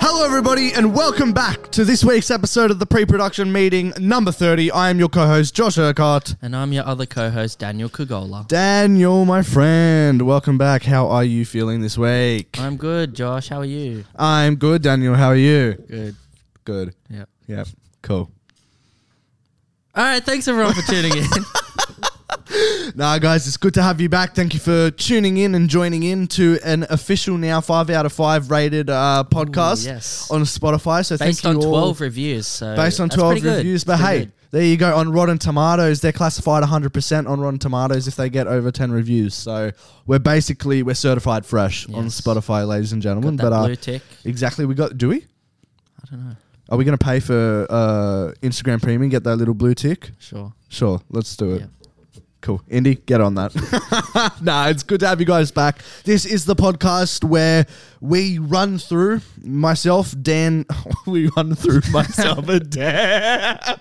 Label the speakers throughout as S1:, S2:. S1: Hello, everybody, and welcome back to this week's episode of the pre production meeting number 30. I am your co host, Josh Urquhart.
S2: And I'm your other co host, Daniel Kugola.
S1: Daniel, my friend, welcome back. How are you feeling this week?
S2: I'm good, Josh. How are you?
S1: I'm good, Daniel. How are you?
S2: Good.
S1: Good.
S2: Yeah.
S1: Yep. Cool.
S2: All right. Thanks, everyone, for tuning in.
S1: Nah, guys, it's good to have you back. Thank you for tuning in and joining in to an official now five out of five rated uh, podcast
S2: yes.
S1: on Spotify. So
S2: Based
S1: thank
S2: on
S1: you all.
S2: 12 reviews. So
S1: based on
S2: that's pretty
S1: 12
S2: good.
S1: reviews. But
S2: That's pretty
S1: hey, there you go. On Rotten Tomatoes, they're classified 100% on Rotten Tomatoes if they get over 10 reviews. So we're basically we're certified fresh on
S2: Yes.
S1: Spotify, ladies and
S2: good.
S1: gentlemen.
S2: Got that
S1: But uh,
S2: blue tick.
S1: exactly, we got. Do we?
S2: I don't know.
S1: Are we going to pay for uh, Instagram Premium? Get that little blue tick?
S2: Sure.
S1: Sure, let's do it.
S2: Yeah.
S1: Cool. Indy, get on that. nah, it's good to have you guys back. This is the podcast where we run through myself, Dan. we run through myself and Dan.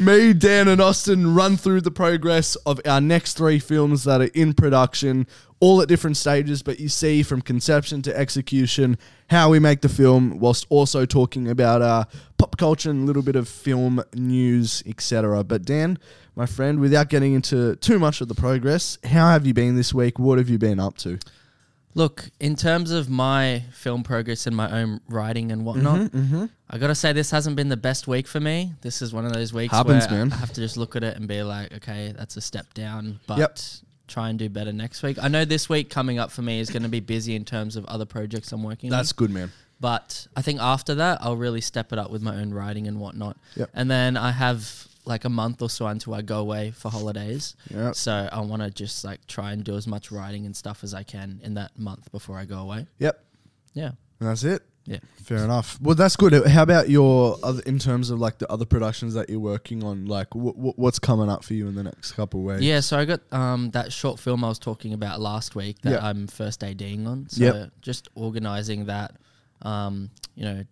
S1: Me, Dan, and Austin run through the progress of our next three films that are in production, all at different stages, but you see from conception to execution how we make the film, whilst also talking about uh, pop culture and a little bit of film news, etc. But, Dan, my friend, without getting into too much of the progress, how have you been this week? What have you been up to?
S2: Look, in terms of my film progress and my own writing and
S1: Mm-hmm,
S2: whatnot, I gotta say this hasn't been the best week for me. This is one of those weeks
S1: Happens,
S2: where I-
S1: man.
S2: I have to just look at it and be like, okay, that's a step down, but
S1: Yep.
S2: try and do better next week. I know this week coming up for me is gonna be busy in terms of other projects I'm working on.
S1: That's good, man.
S2: But I think after that, I'll really step it up with my own writing and whatnot.
S1: Yep.
S2: And then I have like a month or so until I go away for holidays.
S1: Yep.
S2: So I want to just like try and do as much writing and stuff as I can in that month before I go away.
S1: Yep.
S2: Yeah.
S1: And that's it.
S2: Yeah.
S1: Fair enough. Well, that's good. How about your other, in terms of like the other productions that you're working on? Like, wh- wh- what's coming up for you in the next couple of weeks?
S2: Yeah. So I got um, that short film I was talking about last week that
S1: Yep.
S2: I'm first ADing on. So
S1: Yep.
S2: just organizing that, um, you know,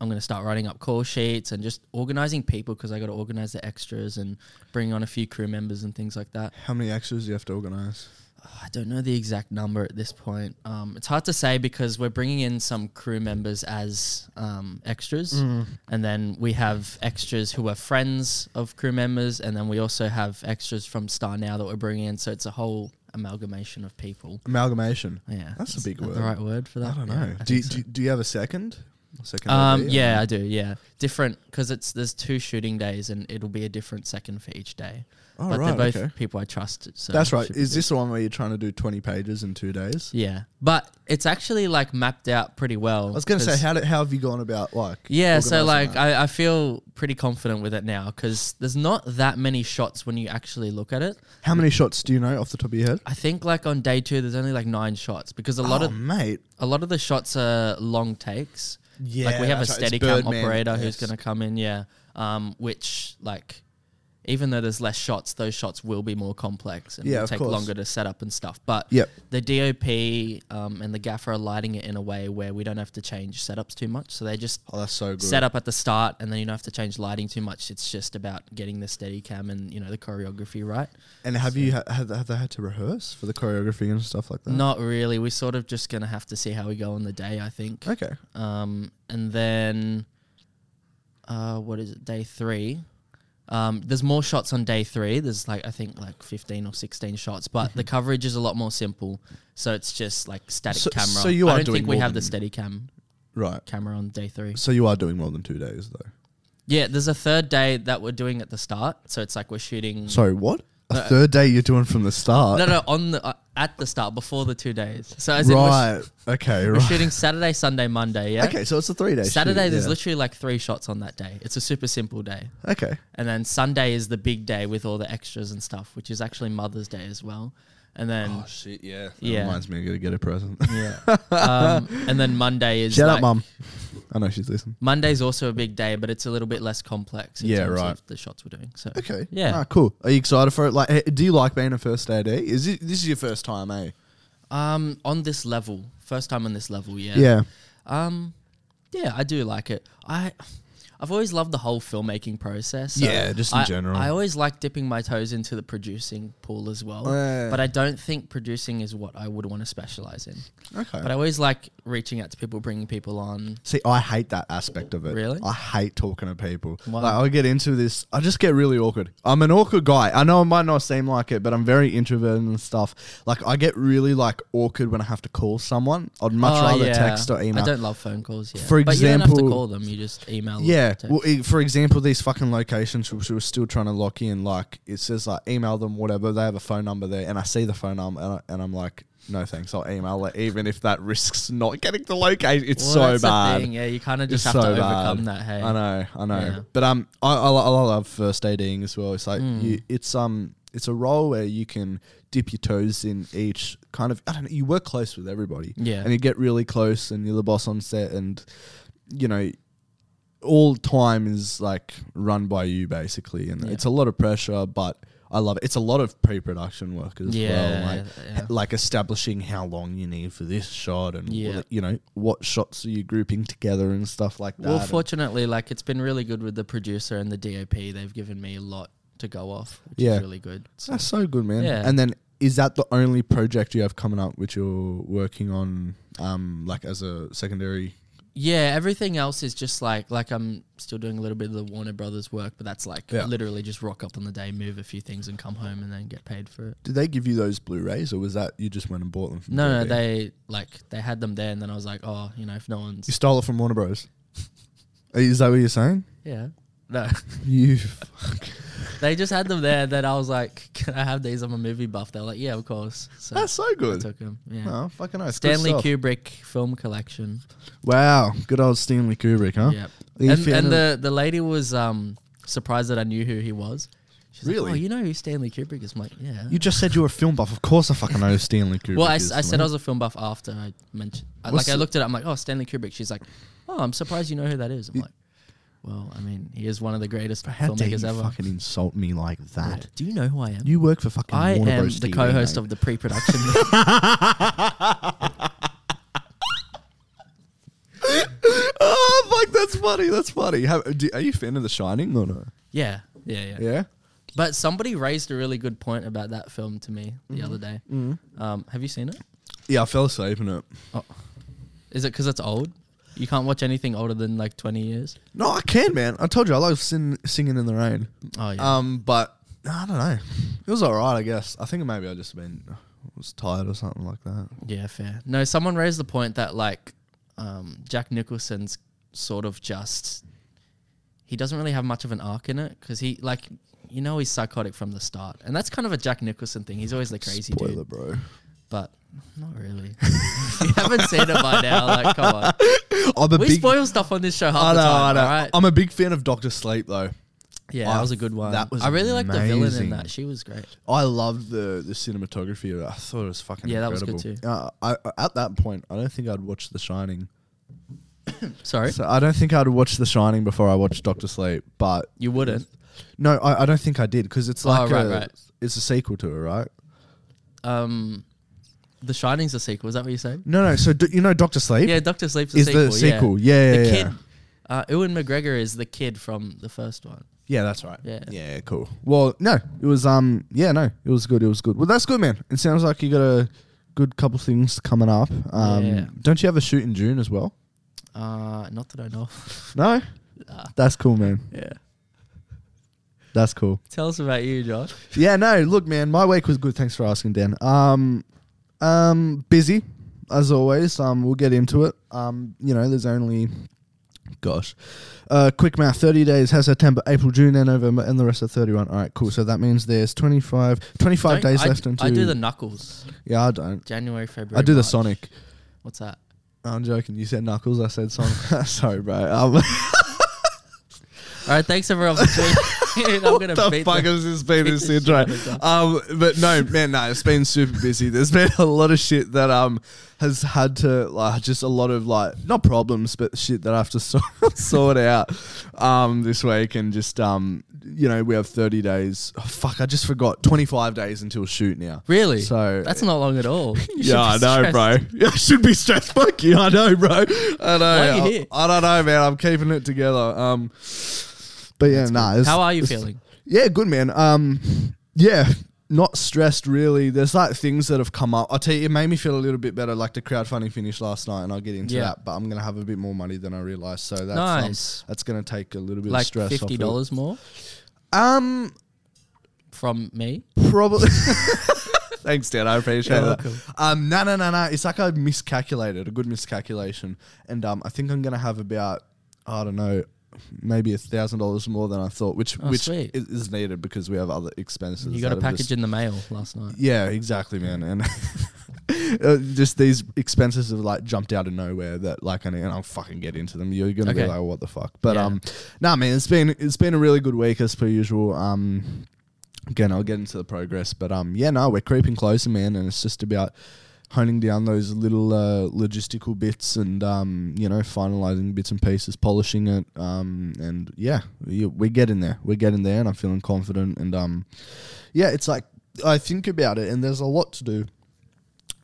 S2: I'm going to start writing up call sheets and just organizing people because I got to organize the extras and bring on a few crew members and things like that.
S1: How many extras do you have to organize?
S2: I don't know the exact number at this point. Um, it's hard to say because we're bringing in some crew members as um, extras,
S1: Mm.
S2: and then we have extras who are friends of crew members, and then we also have extras from Star Now that we're bringing in. So it's a whole amalgamation of people.
S1: Amalgamation.
S2: Yeah,
S1: That's a
S2: Is
S1: big
S2: that
S1: word.
S2: The right word for that?
S1: I don't know.
S2: Yeah, I
S1: do, you,
S2: think so.
S1: do, you- do you have a second? Second.
S2: um,
S1: idea?
S2: yeah, I do. Yeah, different because it's there's two shooting days, and it'll be a different second for each day.
S1: Oh,
S2: but
S1: right,
S2: they're both
S1: okay.
S2: people I trust. So
S1: That's right.
S2: should be
S1: Is
S2: good.
S1: this the one where you're trying to do 20 pages in two days?
S2: Yeah, but it's actually like mapped out pretty well.
S1: I was going to say, how, did, how have you gone about like?
S2: Yeah, so
S1: organising
S2: like
S1: that?
S2: I, I feel pretty confident with it now because there's not that many shots when you actually look at it.
S1: how many shots do you know off the top of your head?
S2: I think like on day two, there's only like nine shots because a lot
S1: oh,
S2: of
S1: mate.
S2: a lot of the shots are long takes. like
S1: Yeah,
S2: we have a
S1: that's right. It's
S2: Steadicam
S1: Birdman,
S2: operator
S1: yes.
S2: who's going to come in, yeah. Um, which like, even though there's less shots, those shots will be more complex and
S1: Yeah,
S2: will
S1: of
S2: take
S1: course.
S2: longer to set up and stuff. But
S1: Yep.
S2: the DOP um, and the gaffer are lighting it in a way where we don't have to change setups too much, so they just
S1: Oh, that's so good.
S2: set up at the start and then you don't have to change lighting too much. It's just about getting the steady cam and, you know, the choreography right.
S1: And have you ha- have, have they had to rehearse for the choreography and stuff like that?
S2: Not really. We're sort of just going to have to see how we go on the day, I think.
S1: Okay.
S2: Um, and then, uh, what is it? Day three. Um, there's more shots on day three. There's like, I think like 15 or 16 shots, but the coverage is a lot more simple. So it's just like static
S1: Mm-hmm. So-
S2: camera.
S1: so you
S2: I
S1: are
S2: don't
S1: doing
S2: think we
S1: more
S2: have the
S1: than-
S2: steady cam
S1: Right.
S2: camera on day three.
S1: So you are doing more than two days though.
S2: Yeah, there's a third day that we're doing at the start. So it's like we're shooting.
S1: Sorry, what? A third day you're doing from the start.
S2: No, no, on the uh, at the start before the two days. So as in we're, sh-
S1: right. okay.
S2: we're
S1: Right.
S2: shooting Saturday, Sunday, Monday. Yeah.
S1: Okay. So it's a three day.
S2: Saturday,
S1: shoot,
S2: there's
S1: yeah.
S2: literally like three shots on that day. It's a super simple day,
S1: Okay.
S2: and then Sunday is the big day with all the extras and stuff, which is actually Mother's Day as well. And then
S1: Oh, shit! Yeah. That
S2: Yeah.
S1: Reminds me, I gotta get a present.
S2: yeah, um, and then Monday is
S1: Shout
S2: like,
S1: out, mum. I know she's listening.
S2: Monday's also a big day, but it's a little bit less complex. In
S1: Yeah,
S2: terms
S1: right.
S2: Of the shots we're doing. So
S1: Okay.
S2: Yeah.
S1: Ah, cool. Are you excited for it? Like, eh, do you like being a first AD? Is it, this is your first time, eh?
S2: um, on this level, first time on this level,
S1: Yeah.
S2: Um, yeah, I do like it. I I've always loved the whole filmmaking process. so
S1: Yeah, just in
S2: I-
S1: general.
S2: I always like dipping my toes into the producing pool as well.
S1: Yeah.
S2: But I don't think producing is what I would want to specialize in.
S1: Okay.
S2: But I always like reaching out to people, bringing people on.
S1: See, I hate that aspect of it.
S2: Really?
S1: I hate talking to people.
S2: Why?
S1: Like, I get into this, I just get really awkward. I'm an awkward guy. I know it might not seem like it, but I'm very introverted and stuff. Like, I get really like awkward when I have to call someone. I'd much
S2: Oh,
S1: rather
S2: yeah.
S1: text or email.
S2: I don't love phone calls. Yeah.
S1: For
S2: but you don't have to
S1: example-
S2: call them. You just email. them,
S1: yeah.
S2: text.
S1: Well, i- for example, these fucking locations which we were still trying to lock in, like it says like email them whatever. They have a phone number there, and I see the phone number, and, I, and I'm like, no thanks, I'll email it, even if that risks not getting the location. It's
S2: Well,
S1: so
S2: that's the
S1: bad.
S2: thing, Yeah, you kind of
S1: It's
S2: just have
S1: so
S2: to
S1: bad.
S2: overcome that. Hey,
S1: I know, I know.
S2: Yeah.
S1: But um, I, I, lo- I love first aiding as well. It's like
S2: Mm.
S1: you, it's um, it's a role where you can dip your toes in each kind of. I don't know. You work close with everybody,
S2: Yeah.
S1: and you get really close, and you're the boss on set, and you know, all time is like run by you basically, and
S2: Yeah.
S1: it's a lot of pressure, but. I love it. It's a lot of pre-production work as well,
S2: Yeah,
S1: like
S2: yeah.
S1: like establishing how long you need for this shot and
S2: Yeah.
S1: what- you know what shots are you grouping together and stuff like that.
S2: Well,
S1: and-
S2: fortunately, like it's been really good with the producer and the DOP. They've given me a lot to go off, which
S1: Yeah.
S2: is really good. So,
S1: That's so good, man.
S2: Yeah.
S1: And then is that the only project you have coming up which you're working on um like as a secondary
S2: yeah, everything else is just like like I'm still doing a little bit of the Warner Brothers work, but that's like
S1: Yeah.
S2: literally just rock up on the day, move a few things, and come home and then get paid for it.
S1: did they give you those Blu-rays or was that you just went and bought them from
S2: No, no,
S1: DVD?
S2: they like they had them there, and then I was like, oh, you know, if no
S1: You
S2: one's
S1: stole it from Warner Bros. is that what you're saying?
S2: yeah, no,
S1: You fuck.
S2: they just had them there. Then I was like, can I have these? I'm a movie buff. They're like, yeah, of course. So
S1: That's so
S2: I
S1: good.
S2: took them. Yeah.
S1: Oh, fucking nice. Good
S2: Stanley
S1: stuff.
S2: Kubrick film collection.
S1: Wow, good old Stanley Kubrick, huh?
S2: Yep.
S1: Are you
S2: and,
S1: fan
S2: and
S1: of-
S2: the, the lady was um, surprised that I knew who he was. She's like,
S1: Really?
S2: oh, you know who Stanley Kubrick is? I'm like, yeah.
S1: You just said you were a film buff. Of course, I fucking know who Stanley Kubrick.
S2: well, I,
S1: is,
S2: s- I said
S1: mate.
S2: I was a film buff after I mentioned. I,
S1: What's
S2: like, I
S1: the-
S2: looked at it. I'm like, oh, Stanley Kubrick. She's like, oh, I'm surprised you know who that is. I'm like, well, I mean, he is one of the greatest
S1: How dare you
S2: filmmakers ever.
S1: fucking insult me like
S2: Yeah.
S1: that?
S2: Do you know who I am?
S1: You work for fucking
S2: I
S1: Warner
S2: am
S1: Bros.
S2: the
S1: TV,
S2: co-host
S1: mate.
S2: of the pre-production.
S1: oh fuck, that's funny. That's funny. Have, do, are you a fan of The Shining or no?
S2: yeah, yeah, yeah.
S1: Yeah.
S2: But somebody raised a really good point about that film to me the other day. Um, have you seen it?
S1: Yeah, I fell asleep in it.
S2: Is it because it's old? You can't watch anything older than like 20 years?
S1: No, I can, man. I told you I like sing, singing in the rain.
S2: Oh, yeah.
S1: Um, but I don't know. It was all right, I guess. I think maybe I just been was tired or something like that.
S2: yeah, fair. No, someone raised the point that like um, Jack Nicholson's sort of just. He doesn't really have much of an arc in it because he, like, you know, he's psychotic from the start. And that's kind of a Jack Nicholson thing. He's always the crazy
S1: Spoiler,
S2: dude.
S1: bro.
S2: But not really. you haven't seen it by now. Like, come on.
S1: I'm a
S2: We
S1: big.
S2: spoil stuff on this show half
S1: I
S2: the
S1: know, I
S2: time.
S1: know.
S2: all right?
S1: I'm a big fan of Doctor Sleep though.
S2: Yeah,
S1: I-
S2: that was a good one.
S1: that was
S2: I really like the villain
S1: amazing.
S2: in that. She was great.
S1: I loved the the cinematography. of it. I thought it was fucking
S2: Yeah, that was
S1: incredible.
S2: good too.
S1: Uh, I, I- at that point, I don't think I'd watched The Shining.
S2: Sorry,
S1: So I don't think I'd watch The Shining before I watched Doctor Sleep, but
S2: you wouldn't.
S1: no, I, I don't think I did because it's like
S2: Oh, right,
S1: a,
S2: right.
S1: it's a sequel to it, right?
S2: Um, The Shining's a sequel. Is that what you say?
S1: No, no. So do, you know Doctor Sleep
S2: Yeah, Doctor Sleep's a
S1: is
S2: sequel.
S1: the sequel. Yeah,
S2: Yeah.
S1: yeah,
S2: the
S1: yeah.
S2: kid. Uh, Ewan McGregor is the kid from the first one.
S1: Yeah, that's right.
S2: Yeah.
S1: yeah, cool. Well, no, it was um, yeah, no, it was good. It was good. Well, that's good, man. It sounds like you got a good couple things coming up. Um,
S2: Yeah.
S1: don't you have a shoot in June as well?
S2: Uh, not that I know. of.
S1: No,
S2: Ah.
S1: that's cool, man.
S2: yeah.
S1: That's cool.
S2: Tell us about you, Josh.
S1: Yeah, no, look, man, my week was good. Thanks for asking, Dan. Um, um, busy as always. Um, we'll get into it. Um, you know, there's only, gosh, uh, quick math: thirty days has September, April, June, and November, and the rest of thirty-one. All right, cool. So that means there's 25, 25
S2: Don't-
S1: days
S2: I,
S1: left until.
S2: I do the knuckles.
S1: yeah, I don't.
S2: January, February.
S1: I do the
S2: March.
S1: Sonic.
S2: What's that?
S1: I'm joking. You said Knuckles. I said Sonic. Sorry, bro. Um,
S2: All right, thanks everyone for tuning. dude, I'm gonna
S1: What the
S2: beat
S1: fuck
S2: the-
S1: has this been this
S2: the shit
S1: intro?
S2: out of them.
S1: Um, but no, man, no, it's been super busy. There's been a lot of shit that um has had to like just a lot of like not problems, but shit that I have to sort, sort out um this week and just um you know we have 30 days. Oh, fuck, I just forgot 25 days until shoot now.
S2: Really?
S1: So-
S2: that's not long at all. You should
S1: Yeah, I
S2: be
S1: know,
S2: stressed.
S1: bro. Yeah, I should be stressed. Fuck you. I know, bro. I know.
S2: are you
S1: I-
S2: here?
S1: I, don't know, man. I'm keeping it together. Um, but yeah, nah. it's-
S2: How are you
S1: it's-
S2: feeling?
S1: Yeah, good man. Um, yeah, not stressed really. There's like things that have come up. I tell you, it made me feel a little bit better. Like the crowdfunding finished last night, and I'll get into
S2: Yeah.
S1: that. But I'm gonna have a bit more money than I realized, so that's um,
S2: Nice.
S1: that's gonna take a little bit
S2: Like
S1: of stress. off
S2: fifty
S1: it.
S2: dollars more
S1: Um,
S2: from me?
S1: probably. Thanks, Dan. I appreciate
S2: You're
S1: that. Um, no, no, no, no. It's like I miscalculated, a good miscalculation, and um, I think I'm gonna have about I don't know, maybe a thousand dollars more than I thought, which
S2: Oh,
S1: which
S2: sweet.
S1: is- is needed because we have other expenses.
S2: You got
S1: that
S2: a
S1: have
S2: package
S1: just-
S2: in the mail last night.
S1: Yeah, exactly, man. And uh, just these expenses have like jumped out of nowhere that like and, and I'll fucking get into them. You're gonna be
S2: Okay.
S1: like, what the fuck? But
S2: Yeah.
S1: um, nah, man, it's been it's been a really good week as per usual. Um, again, I'll get into the progress, but um, yeah, no, we're creeping closer, man, and it's just about honing down those little uh, logistical bits and um, you know, finalizing bits and pieces, polishing it. Um, and yeah, we- we're getting there. We're getting there, and I'm feeling confident. And um, yeah, it's like I think about it, and there's a lot to do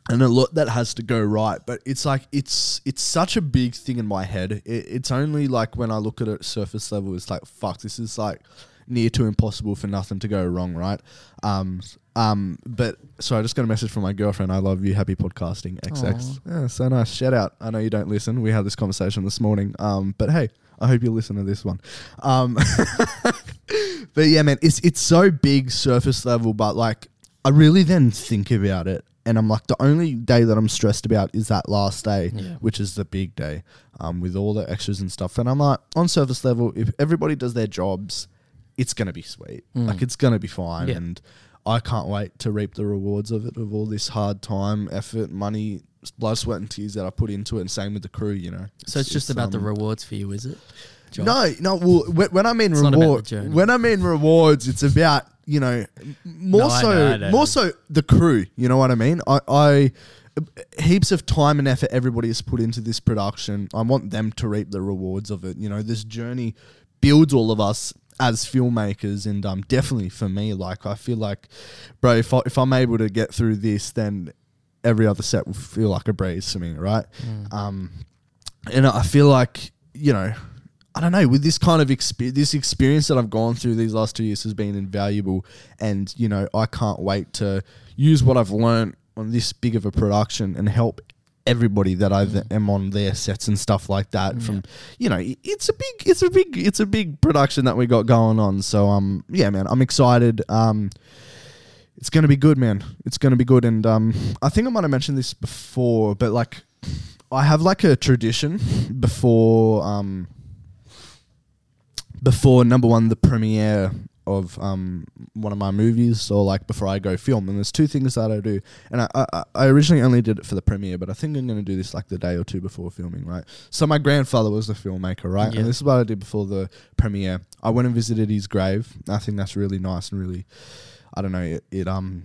S1: and a lot that has to go right but it's like it's it's such a big thing in my head it, it's only like when i look at it surface level it's like fuck this is like near to impossible for nothing to go wrong right um s- um but so i just got a message from my girlfriend i love you happy podcasting xx yeah, so nice shout out i know you don't listen we had this conversation this morning um but hey i hope you listen to this one um but yeah, man, it's it's so big surface level, but like I really then think about it, and I'm like, the only day that I'm stressed about is that last day,
S2: Yeah.
S1: which is the big day, um, with all the extras and stuff. And I'm like, on surface level, if everybody does their jobs, it's gonna be sweet, like it's gonna be fine,
S2: Mm. Yeah.
S1: and I can't wait to reap the rewards of it, of all this hard time, effort, money, s- blood, sweat, and tears that I put into it, and same with the crew, you know.
S2: So it's, just about the
S1: um,
S2: rewards for you, is it? Job?
S1: no, no. Well, wh- when I mean
S2: not about
S1: reward,
S2: the journey.
S1: when I mean rewards, it's about you know m- more
S2: No, I
S1: so
S2: know, I know.
S1: more so the crew. You know what I mean? I, I heaps of time and effort everybody has put into this production. I want them to reap the rewards of it. You know, this journey builds all of us as filmmakers, and um, definitely for me, like I feel like, bro, if I, if I'm able to get through this, then every other set will feel like a breeze to me, right?
S2: Mm.
S1: Um, and I feel like you know, I don't know. With this kind of experience, this experience that I've gone through these last two years has been invaluable, and you know, I can't wait to use what I've learned on this big of a production and help everybody that I th- am on their sets and stuff like that. From you know, i- it's a big, it's a big, it's a big production that we got going on. So um, yeah, man, I'm excited. Um, it's gonna be good, man. It's gonna be good, and um, I think I might have mentioned this before, but like, I have like a tradition before um, before number one the premiere of um one of my movies or like before I go film and there's two things that I do and I, I I originally only did it for the premiere but I think I'm gonna do this like the day or two before filming right so my grandfather was the filmmaker right
S2: Yeah.
S1: and this is what I did before the premiere I went and visited his grave I think that's really nice and really I don't know it, it um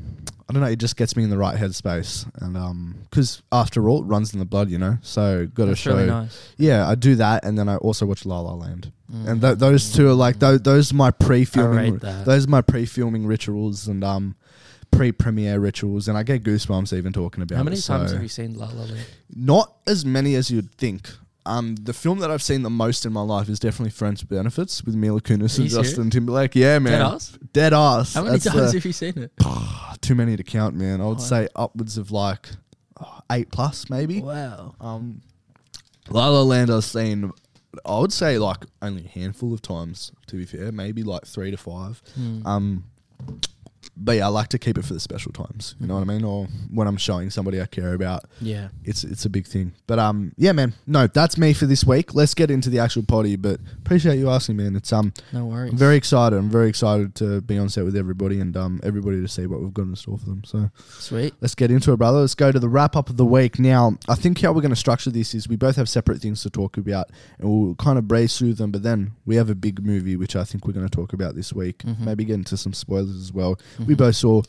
S1: I don't know it just gets me in the right headspace and um because after all it runs in the blood you know so got to
S2: That's
S1: show
S2: really nice.
S1: yeah, I do that, and then I also watch La La Land, and th- those two are like those. Those are my
S2: I
S1: pre-filming.
S2: rate that.
S1: Those are my pre-filming rituals and um, pre-premiere rituals, and I get goosebumps even talking about.
S2: How many
S1: it,
S2: times
S1: so-
S2: have you seen La La Land?
S1: Not as many as you'd think. Um, the film that I've seen the most in my life is definitely Friends with Benefits with Mila Kunis
S2: Are
S1: and
S2: you serious?
S1: Justin Timberlake. Yeah, man,
S2: Dead ass?
S1: Dead ass.
S2: How many
S1: That's,
S2: times
S1: uh,
S2: have you seen it?
S1: too many to count, man. I would
S2: Oh.
S1: say upwards of like oh, eight plus, maybe.
S2: Wow.
S1: Um, La La Land I've seen, I would say like
S2: Hmm.
S1: Uh, only a handful of times. To be fair, maybe like three to five. Um, But yeah, I like to keep it for the special times. You know what I mean? Or when I'm showing somebody I care about.
S2: Yeah.
S1: It's it's a big thing. But um yeah, man. No, that's me for this week. Let's get into the actual potty, but appreciate you asking, man. It's um
S2: No worries.
S1: I'm very excited. I'm very excited to be on set with everybody and um everybody to see what we've got in store for them. So
S2: Sweet.
S1: Let's get into it, brother. Let's go to the wrap up of the week. Now, I think how we're going to structure this is we both have separate things to talk about and we'll kind of brace through them, but then we have a big movie which I think we're going to talk about this week. Maybe get into some spoilers as well.
S2: Mm-hmm.
S1: We both saw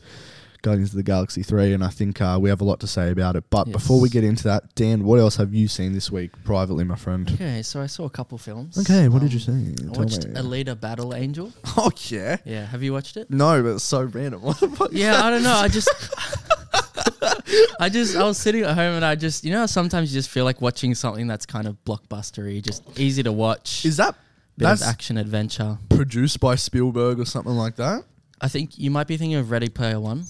S1: Guardians of the Galaxy 3 and I think uh, we have a lot to say about it. But before we
S2: Yes.
S1: get into that, Dan, what else have you seen this week privately, my friend?
S2: Okay, so I saw a couple films.
S1: Okay, what did you
S2: Um,
S1: see?
S2: I
S1: Tell
S2: watched
S1: me.
S2: Alita Battle Angel.
S1: Oh, yeah.
S2: Yeah, have you watched it?
S1: No, but it's so random. What the fuck?
S2: Yeah, I don't know. I just, I just, I was sitting at home and I just, you know, how sometimes you just feel like watching something that's kind of blockbustery, just easy to watch,
S1: Is that
S2: bit of
S1: that's
S2: action adventure.
S1: produced by Spielberg or something like that?
S2: I think you might be thinking of Ready Player One.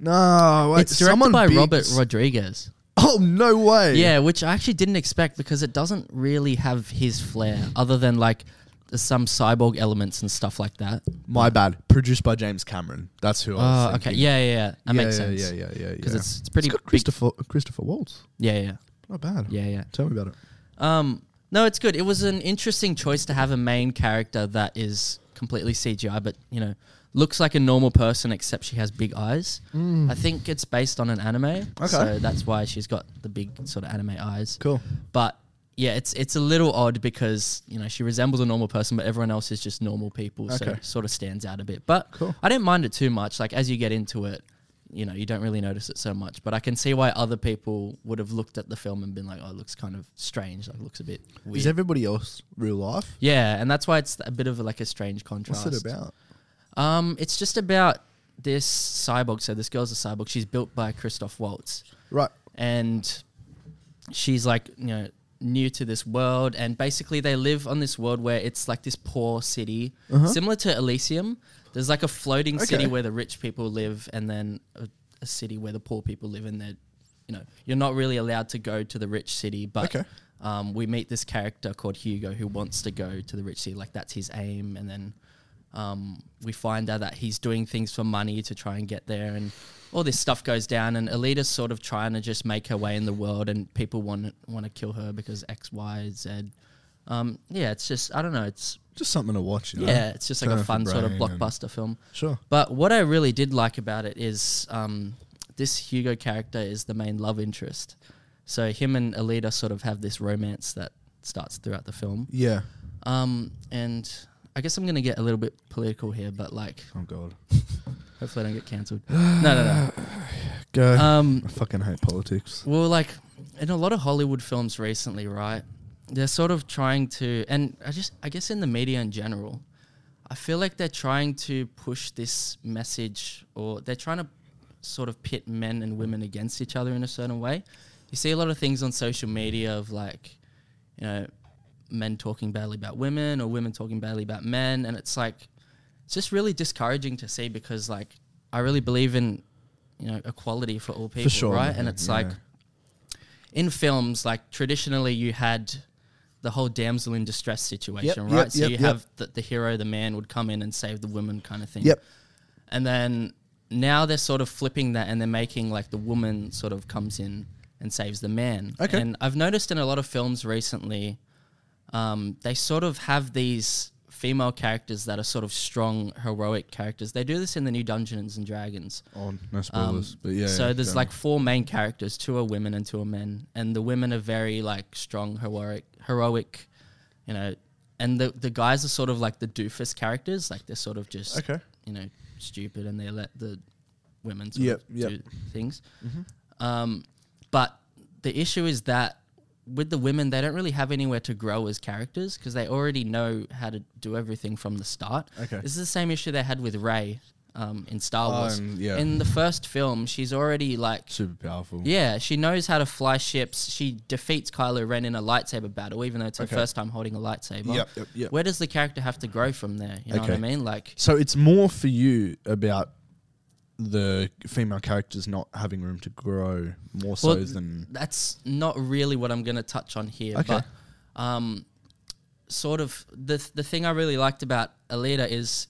S1: No, wait,
S2: it's directed
S1: someone
S2: by
S1: big-
S2: Robert Rodriguez.
S1: Oh no way!
S2: Yeah, which I actually didn't expect because it doesn't really have his flair, other than like there's some cyborg elements and stuff like that.
S1: my bad. Produced by James Cameron. That's who. I
S2: Oh,
S1: was
S2: okay.
S1: thinking.
S2: Yeah, yeah, yeah. That
S1: yeah,
S2: makes
S1: yeah,
S2: sense.
S1: Yeah, yeah, yeah, yeah.
S2: Because it's it's pretty
S1: it's got
S2: big.
S1: Christopher Christopher Waltz.
S2: Yeah, yeah,
S1: Not bad.
S2: yeah, yeah.
S1: Tell me about it.
S2: Um, no, it's good. It was an interesting choice to have a main character that is completely CGI, but you know, looks like a normal person except she has big eyes. I think it's based on an anime, so that's why she's got the big sort of anime eyes.
S1: Cool.
S2: But yeah, it's it's a little odd because you know she resembles a normal person, but everyone else is just normal people, so
S1: Okay.
S2: it sort of stands out a bit. But
S1: Cool.
S2: I didn't mind it too much. Like as you get into it, you know, you don't really notice it so much. But I can see why other people would have looked at the film and been like, "Oh, it looks kind of strange. Like it looks a bit weird."
S1: Is everybody else real life?
S2: yeah, and that's why it's a bit of like a strange contrast.
S1: What's it about?
S2: Um, it's just about this cyborg. So this girl's a cyborg. She's built by Christoph Waltz
S1: Right.
S2: and she's like you know new to this world and basically they live on this world where it's like this poor city similar to elysium there's like a floating city
S1: Okay.
S2: where the rich people live and then a, a city where the poor people live and they're you know you're not really allowed to go to the rich city but
S1: Okay.
S2: um, we meet this character called hugo who wants to go to the rich city like that's his aim and then um, we find out that he's doing things for money to try and get there and all this stuff goes down and Alita's sort of trying to just make her way in the world and people want want to kill her because X, Y, Z. Um, yeah, it's just I don't know, it's
S1: Just something to watch. You know?
S2: yeah, it's just like
S1: Turn
S2: a
S1: off
S2: fun
S1: your
S2: sort of
S1: brain and-
S2: blockbuster film.
S1: Sure.
S2: But what I really did like about it is um, this Hugo character is the main love interest. So him and Alita sort of have this romance that starts throughout the film.
S1: Yeah.
S2: Um, and I guess I'm gonna get a little bit political here, but like,
S1: Oh god.
S2: hopefully I don't get cancelled. no, no,
S1: Go.
S2: no. Um,
S1: I fucking hate politics.
S2: well, like in a lot of Hollywood films recently, right? They're sort of trying to, and I just, I guess in the media in general, I feel like they're trying to push this message or they're trying to sort of pit men and women against each other in a certain way. You see a lot of things on social media of like, you know, men talking badly about women or women talking badly about men. And it's like, it's just really discouraging to see because like, I really believe in, you know, equality for all people,
S1: sure,
S2: right?
S1: man,
S2: And it's
S1: yeah.
S2: like, in films, like traditionally, you had the whole damsel in distress situation,
S1: yep,
S2: right? so
S1: yep,
S2: you
S1: yep.
S2: have the, the hero, the man would come in and save the woman, kind of thing.
S1: Yep.
S2: And then now they're sort of flipping that and they're making like the woman sort of comes in and saves the man.
S1: Okay.
S2: And I've noticed in a lot of films recently, um, they sort of have these female characters that are sort of strong, heroic characters. They do this in the new Dungeons and Dragons.
S1: On no
S2: Um,
S1: spoilers, but yeah.
S2: So
S1: yeah,
S2: there's
S1: go.
S2: like four main characters. Two are women and two are men, and the women are very like strong, heroic, heroic, you know. And the the guys are sort of like the doofus characters, like they're sort of just
S1: Okay.
S2: you know stupid, and they let the women sort
S1: Yep,
S2: of
S1: yep. Mm-hmm.
S2: do things. Um, but the issue is that with the women, they don't really have anywhere to grow as characters because they already know how to do everything from the start.
S1: Okay.
S2: This is the same issue they had with Ray um, in Star Wars.
S1: Um, yeah.
S2: In the first film, she's already like,
S1: super powerful.
S2: yeah, she knows how to fly ships. She defeats Kylo Ren in a lightsaber battle, even though it's her
S1: Okay.
S2: first time holding a lightsaber.
S1: Yep, yep, yep.
S2: Where does the character have to grow from there? You know what I
S1: Okay.
S2: mean? Like,
S1: So it's more for you about the female characters not having room to grow more so
S2: Well,
S1: than
S2: that's not really what I'm going to touch on here.
S1: Okay.
S2: But um, sort of the the thing I really liked about Alita is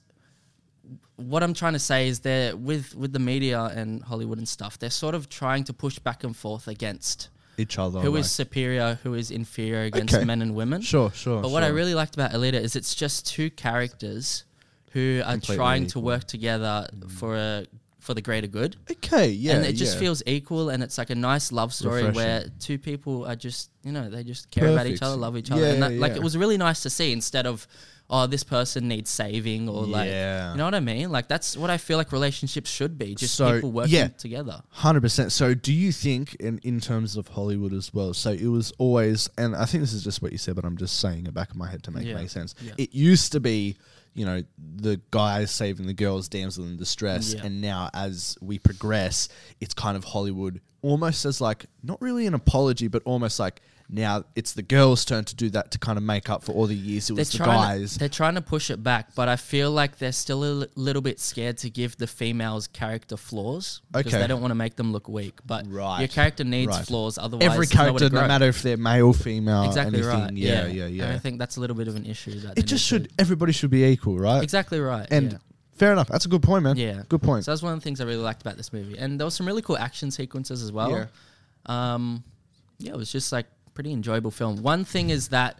S2: what I'm trying to say is they're with with the media and Hollywood and stuff, they're sort of trying to push back and forth against
S1: Each other.
S2: who is
S1: like-
S2: superior, who is inferior against
S1: Oh, Okay.
S2: men and women.
S1: Sure, sure.
S2: But what I
S1: sure.
S2: really liked about Alita is it's just two characters who are
S1: Completely
S2: trying
S1: equal.
S2: to work together for a for the greater good.
S1: Okay, yeah.
S2: and it just
S1: yeah.
S2: feels equal and it's like a nice love story
S1: Refreshing.
S2: where two people are just you know they just care about each
S1: Perfect.
S2: other love each other
S1: Yeah,
S2: and that,
S1: yeah,
S2: like
S1: yeah.
S2: it was really nice to see instead of oh this person needs saving or like
S1: Yeah.
S2: you know what i mean like that's what i feel like relationships should be just
S1: So,
S2: people working
S1: yeah.
S2: together
S1: Hundred percent. So, do you think, in in terms of Hollywood as well? So it was always, and I think this is just what you said, but I'm just saying it back of my head to make
S2: Yeah.
S1: make sense.
S2: Yeah.
S1: It used to be, you know, the guys saving the girls, damsel in distress,
S2: Yeah.
S1: and now as we progress, it's kind of Hollywood almost as like not really an apology, but almost like now it's the girls' turn to do that to kind of make up for all the years it was the
S2: trying
S1: guys.
S2: To, they're trying to push it back, but I feel like they're still a li- little bit scared to give the females character flaws because
S1: Okay.
S2: they don't want to make them look weak. But
S1: Right,
S2: your character needs
S1: right.
S2: flaws, otherwise
S1: Every
S2: there's nowhere
S1: character,
S2: to
S1: no
S2: grow.
S1: matter if they're male, female,
S2: exactly
S1: Uh, anything,
S2: right.
S1: yeah, yeah, yeah.
S2: And I think that's a little bit of an issue. That they
S1: it just
S2: need
S1: should.
S2: to-
S1: Everybody should be equal, right?
S2: exactly right.
S1: And
S2: yeah.
S1: fair enough. That's a good point, man.
S2: Yeah.
S1: Good point.
S2: So that's one of the things I really liked about this movie. And there was some really cool action sequences as well.
S1: Yeah.
S2: Um, yeah, it was just like pretty enjoyable film. One thing is that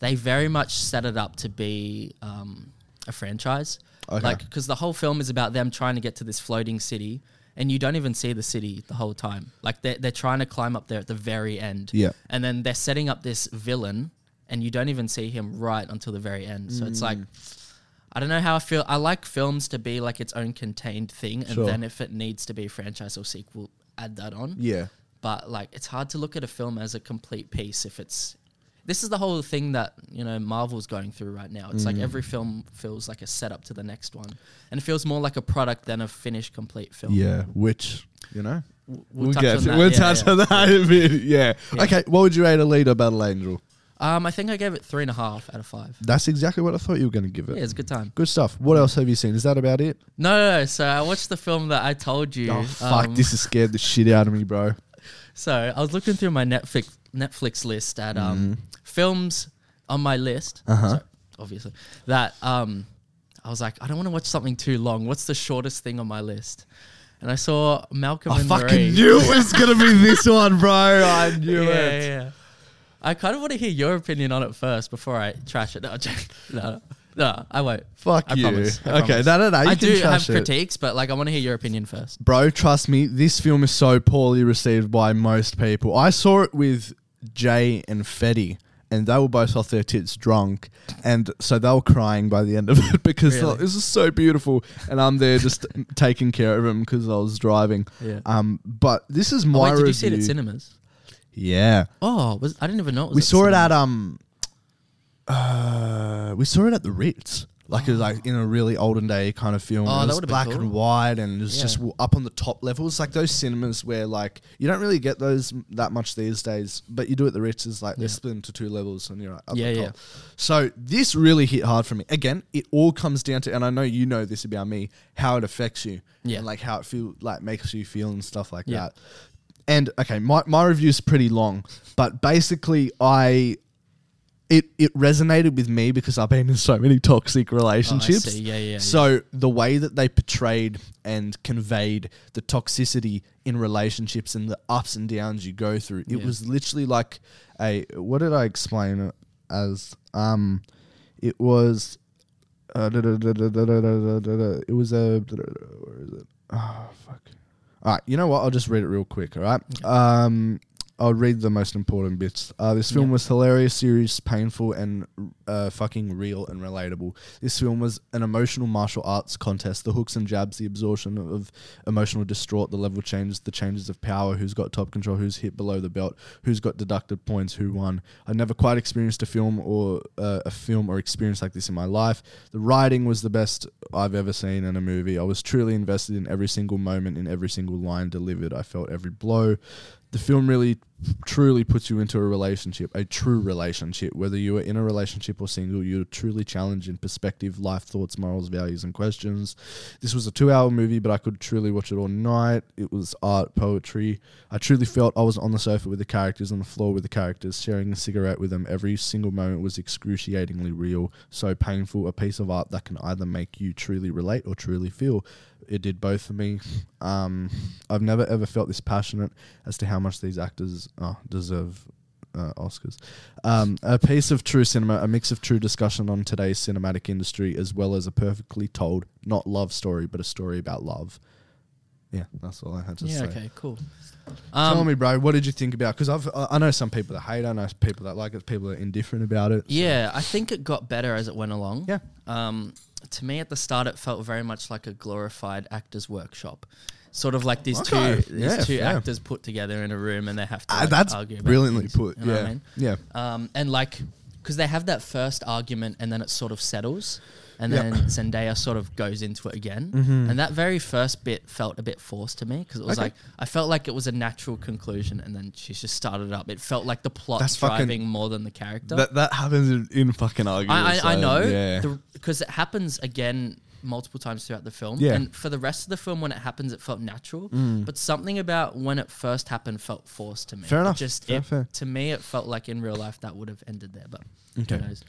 S2: they very much set it up to be um, a franchise.
S1: Okay.
S2: Like, because the whole film is about them trying to get to this floating city, and you don't even see the city the whole time. Like, they're, they're trying to climb up there at the very end.
S1: Yeah.
S2: And then they're setting up this villain, and you don't even see him right until the very end. So it's like,
S1: Mm.
S2: I don't know how I feel. I like films to be like its own contained thing, and
S1: Sure.
S2: then if it needs to be a franchise or sequel, add that on.
S1: yeah.
S2: But like, it's hard to look at a film as a complete piece if it's. This is the whole thing that you know Marvel's going through right now. It's
S1: Mm.
S2: like every film feels like a setup to the next one, and it feels more like a product than a finished complete film.
S1: Yeah. Which you know.
S2: we'll,
S1: get to- We'll
S2: yeah,
S1: touch
S2: yeah.
S1: on that in a bit. Yeah. Okay. What would you rate a leader Battle Angel?
S2: Um, I think I gave it three and a half out of five.
S1: That's exactly what I thought you were going to give it.
S2: Yeah, it's a good time.
S1: Good stuff. What else have you seen? Is that about it?
S2: No, no, no. So I watched the film that I told you.
S1: Oh fuck!
S2: um,
S1: this has scared the shit out of me, bro.
S2: So I was looking through my Netflix Netflix list at um, films on my list.
S1: Mm-hmm. Uh-huh.
S2: so- obviously, that um, I was like, I don't want to watch something too long. What's the shortest thing on my list? And I saw Malcolm
S1: I
S2: and
S1: fucking
S2: Marie.
S1: knew it was going to be this one, bro. I knew
S2: yeah,
S1: it.
S2: yeah, yeah. I kind of want to hear your opinion on it first before I trash it. No, I'm joking. no, no, I won't.
S1: Fuck
S2: I
S1: you.
S2: promise, I
S1: okay.
S2: promise.
S1: No, no, no. You
S2: I
S1: can
S2: do have
S1: trash it.
S2: critiques, but like I want to hear your opinion first.
S1: Bro, trust me, this film is so poorly received by most people. I saw it with Jay and Fetty, and they were both off their tits drunk, and so they were crying by the end of it because they were like,
S2: Really?
S1: this is so beautiful, and I'm there just taking care of them because I was driving.
S2: Yeah.
S1: Um, but this is my
S2: Oh, wait, did
S1: review.
S2: you see it at cinemas?
S1: yeah,
S2: Oh, was, I didn't even know. It was
S1: we
S2: the
S1: saw it
S2: cinemas.
S1: at um, uh, we saw it at the Ritz. Like it was like in a really olden day kind of film.
S2: Oh,
S1: it
S2: that
S1: was
S2: would've been
S1: black
S2: cool.
S1: and white, and it was
S2: Yeah.
S1: just w- up on the top level. It's like those cinemas where like you don't really get those m- that much these days, but you do at the Ritz. Is like they're
S2: Yeah.
S1: split into two levels, and you're like up
S2: Yeah,
S1: the
S2: yeah.
S1: top. So this really hit hard for me. Again, it all comes down to, and I know you know this about me, how it affects you,
S2: Yeah.
S1: and like how it feel like makes you feel and stuff like
S2: Yeah.
S1: that. And okay, my my review is pretty long, but basically I it it resonated with me because I've been in so many toxic relationships.
S2: Oh, see. Yeah, yeah, yeah.
S1: So the way that they portrayed and conveyed the toxicity in relationships and the ups and downs you go through, it
S2: Yeah.
S1: was literally like a what did I explain it as? Um, it was. Uh, da- da- da- da- da- da- da- da- da- it was a. da- da- da- Where is it? Oh fuck! All right, you know what? I'll just read it real quick. All right. Um, I'll read the most important bits. Uh, this film
S2: Yeah.
S1: was hilarious, serious, painful, and uh, fucking real and relatable. This film was an emotional martial arts contest. The hooks and jabs, the absorption of emotional distraught, the level changes, the changes of power, who's got top control, who's hit below the belt, who's got deducted points, who won. I never quite experienced a film or uh, a film or experience like this in my life. The writing was the best I've ever seen in a movie. I was truly invested in every single moment, in every single line delivered. I felt every blow. The film really truly puts you into a relationship, a true relationship. Whether you are in a relationship or single, you're truly challenged in perspective, life thoughts, morals, values, and questions. This was a two hour movie, but I could truly watch it all night. It was art, poetry. I truly felt I was on the sofa with the characters, on the floor with the characters, sharing a cigarette with them. Every single moment was excruciatingly real, so painful. A piece of art that can either make you truly relate or truly feel it did both for me. Um, I've never ever felt this passionate as to how much these actors uh, deserve uh, Oscars. Um, a piece of true cinema, a mix of true discussion on today's cinematic industry, as well as a perfectly told, not love story, but a story about love. Yeah, that's all I had to
S2: yeah.
S1: say.
S2: Okay. Cool.
S1: Tell
S2: Um,
S1: me, bro, what did you think about? Because I've I I know some people that hate. it, I know people that like it. People that are indifferent about it.
S2: yeah, I think it got better as it went along.
S1: Yeah.
S2: Um, to me, at the start, it felt very much like a glorified actors workshop, sort of like these
S1: Okay.
S2: two these
S1: Yeah,
S2: two
S1: fair.
S2: actors put together in a room and they have to.
S1: Ah,
S2: like,
S1: that's
S2: argue about
S1: brilliantly
S2: things,
S1: put.
S2: you know
S1: yeah,
S2: what I mean?
S1: yeah.
S2: um, and like because they have that first argument and then it sort of settles and
S1: Yeah.
S2: then Zendaya sort of goes into it again and that very first bit felt a bit forced to me because it was
S1: Mm-hmm. Okay.
S2: like I felt like it was a natural conclusion and then she just started up it felt like the plot
S1: That's fucking-
S2: driving more than the character
S1: That that happens in, in fucking arguments.
S2: I, I, I
S1: so, Yeah.
S2: know because it happens again multiple times throughout the film
S1: Yeah. Mm.
S2: and for the rest of the film when it happens it felt natural but something about when it first happened felt forced to me
S1: Fair
S2: It
S1: enough.
S2: just
S1: Fair,
S2: it-
S1: fair.
S2: to me it felt like in real life that would have ended there but
S1: Okay.
S2: who knows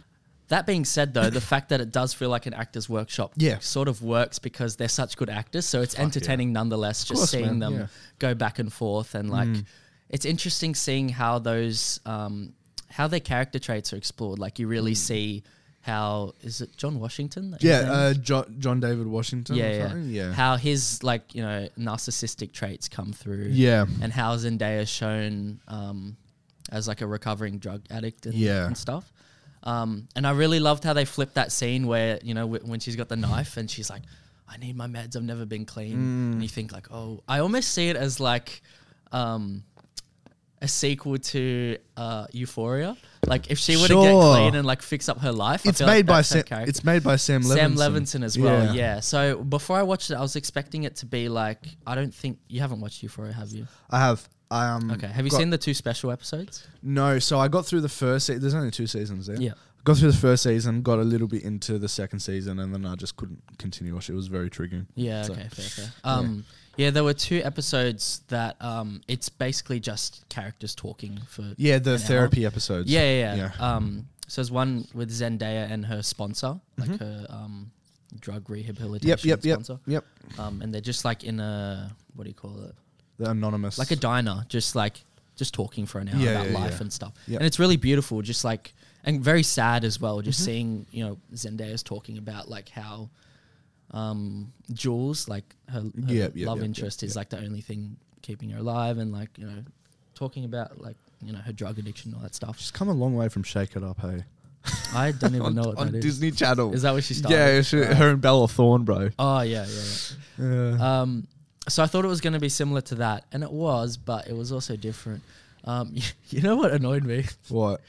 S2: that being said though the fact that it does feel like an actor's workshop
S1: Yeah.
S2: sort of works because they're such good actors so it's entertaining nonetheless just
S1: course,
S2: seeing
S1: man,
S2: them
S1: yeah.
S2: go back and forth and like
S1: Mm.
S2: it's interesting seeing how those um how their character traits are explored like you really see how is it John Washington that his
S1: Mm. Yeah,
S2: name
S1: uh, John, John David Washington.
S2: yeah,
S1: or
S2: yeah.
S1: something? yeah.
S2: How his like you know narcissistic traits come through.
S1: Yeah.
S2: and how Zendaya is shown um, as like a recovering drug addict and,
S1: Yeah.
S2: and stuff. Um, and I really loved how they flipped that scene where you know w- when she's got the knife and she's like, "I need my meds. I've never been clean." And
S1: Mm.
S2: you think like, "Oh, I almost see it as like." Um, a sequel to uh, Euphoria. Like if she were to get
S1: Sure.
S2: clean and like fix up her life, I
S1: it's
S2: feel
S1: made
S2: like
S1: by
S2: that's her
S1: Sam.
S2: character.
S1: It's made by Sam Levinson.
S2: Sam Levinson as well. Yeah. So before I watched it, I was expecting it to be like I don't think you haven't watched Euphoria, have you?
S1: I have. I, um,
S2: Okay. Have you
S1: got-
S2: seen the two special episodes?
S1: No, so I got through the first. Se- there's only two seasons there.
S2: Yeah.
S1: Got through the first season, got a little bit into the second season, and then I just couldn't continue watching. It was very triggering.
S2: Yeah.
S1: So-
S2: Okay. Fair. Fair. Um, yeah. There were two episodes that um, it's basically just characters talking for.
S1: Yeah, the
S2: an hour.
S1: therapy episodes.
S2: Yeah. Yeah. yeah. Um, so there's one with Zendaya and her sponsor, like her um, drug rehabilitation
S1: Mm-hmm. Yep, yep, yep,
S2: sponsor.
S1: yep.
S2: Um, and they're just like in a what do you call it?
S1: The anonymous.
S2: like a diner, just like just talking for an hour
S1: Yeah,
S2: about
S1: yeah,
S2: life
S1: yeah.
S2: and stuff.
S1: Yeah.
S2: And it's really beautiful, just like and very sad as well. Just
S1: Mm-hmm.
S2: seeing you know Zendaya's talking about like how um Jules, like her, her
S1: Yeah, yeah,
S2: love
S1: yeah, yeah,
S2: interest, is like the only thing keeping her alive, and like you know talking about like you know her drug addiction and all that stuff.
S1: She's come a long way from Shake It Up, hey.
S2: I don't even know what
S1: on
S2: Oh, that is.
S1: Disney Channel.
S2: Is that where she started? Uh,
S1: Yeah, she, her and Bella Thorne, bro.
S2: Oh yeah, yeah. yeah.
S1: Yeah.
S2: Um, so I thought it was going to be similar to that, and it was, but it was also different. Um, you know what annoyed me?
S1: what?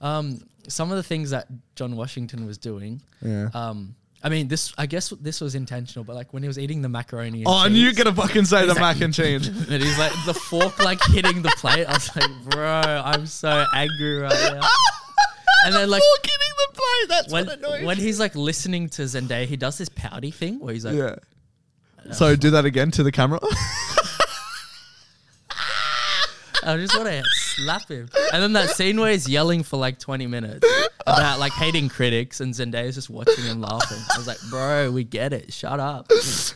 S2: Um, some of the things that John Washington was doing.
S1: Yeah.
S2: Um, I mean, this I guess this was intentional, but like when he was eating the macaroni. And
S1: oh, and you're
S2: cheese,
S1: gonna fucking say the
S2: Exactly.
S1: mac and cheese.
S2: and he's like the fork like hitting the plate. I was like, bro, I'm so angry right now. And then like
S1: Ah, the plate. That's
S2: when when he's like listening to Zendaya, he does this pouty thing where he's like,
S1: Yeah.
S2: Uh,
S1: So do that again to the camera.
S2: I just want to slap him. And then that scene where he's yelling for like 20 minutes about like hating critics, and Zendaya's just watching him laughing. I was like, bro, we get it. Shut up.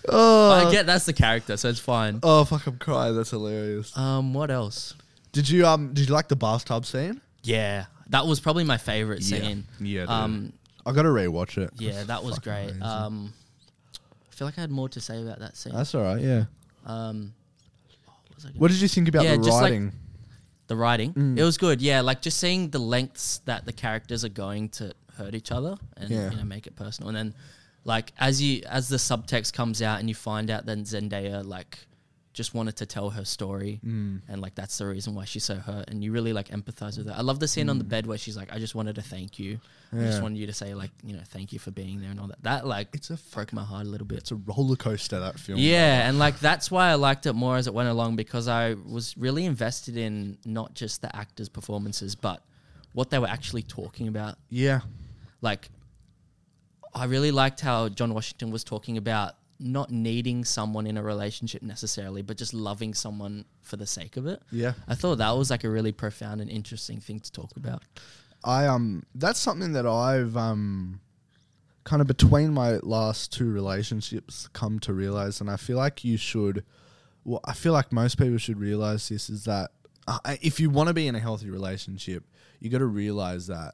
S1: oh,
S2: I get that's the character, so it's fine.
S1: oh, fuck! I'm crying. That's hilarious.
S2: Um, what else?
S1: Did you um? Did you like the bathtub scene?
S2: Yeah, that was probably my favorite scene.
S1: Yeah.
S2: Um,
S1: I gotta rewatch it.
S2: yeah, that was great. Um, I feel like I had more to say about that scene.
S1: That's all right. Yeah.
S2: Um, what was I gonna-
S1: What did you think about
S2: Yeah,
S1: the
S2: just like-
S1: writing?
S2: the writing,
S1: Mm.
S2: it was good. Yeah, like just seeing the lengths that the characters are going to hurt each other and
S1: Yeah.
S2: you know make it personal. And then, like as you as the subtext comes out and you find out, then Zendaya like just wanted to tell her story,
S1: Mm.
S2: and like that's the reason why she's so hurt. And you really like empathize with her. I love the scene on the bed where she's like, "I just wanted to thank you. I
S1: Mm. Yeah.
S2: just wanted you to say like, you know, thank you for being there and all that." That like
S1: It's a
S2: broke my heart a little bit.
S1: It's a roller coaster that film.
S2: Yeah, and like that's why I liked it more as it went along because I was really invested in not just the actors' performances, but what they were actually talking about.
S1: Yeah.
S2: Like, I really liked how John Washington was talking about not needing someone in a relationship necessarily, but just loving someone for the sake of it.
S1: Yeah.
S2: I thought that was like a really profound and interesting thing to talk about.
S1: I um that's something that I've um kind of between my last two relationships come to realize and I feel like you should well I feel like most people should realize this is that uh, if you want to be in a healthy relationship you got to realize that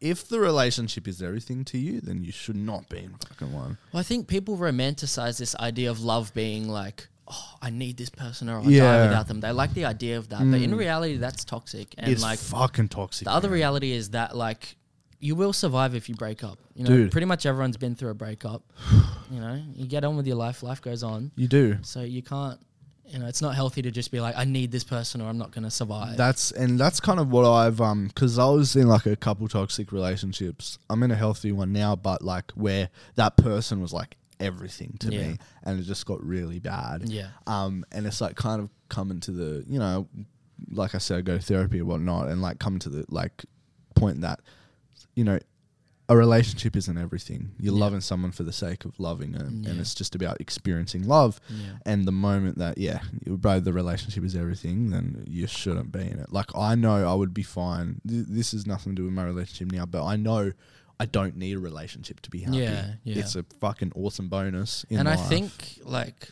S1: if the relationship is everything to you then you should not be in fucking one.
S2: Well, I think people romanticize this idea of love being like, oh, I need this person or I'll
S1: Yeah. Hmm.
S2: die without them. They like the idea of that. But in reality, that's toxic. And
S1: it's
S2: like,
S1: fucking toxic.
S2: the other
S1: man.
S2: reality is that, like, you will survive if you break up. You know,
S1: Dude.
S2: pretty much everyone's been through a breakup. you know, you get on with your life, life goes on.
S1: you do.
S2: So you can't, you know, it's not healthy to just be like, I need this person or I'm not going to survive.
S1: That's and that's kind of what I've um because I was in like a couple toxic relationships. I'm in a healthy one now, but like where that person was like everything to
S2: Yeah.
S1: me, and it just got really bad.
S2: Yeah.
S1: Um, and it's like kind of coming to the you know, like I said, I go to therapy and whatnot, and like come to the like point that you know. A relationship isn't everything. You're
S2: Yeah.
S1: loving someone for the sake of loving them, and
S2: Yeah.
S1: it's just about experiencing love
S2: yeah.
S1: and the moment that yeah you- bro the relationship is everything then you shouldn't be in it like i know i would be fine Th- this is nothing to do with my relationship now but i know i don't need a relationship to be happy
S2: Yeah, yeah.
S1: it's a fucking awesome bonus in
S2: and I
S1: life.
S2: think like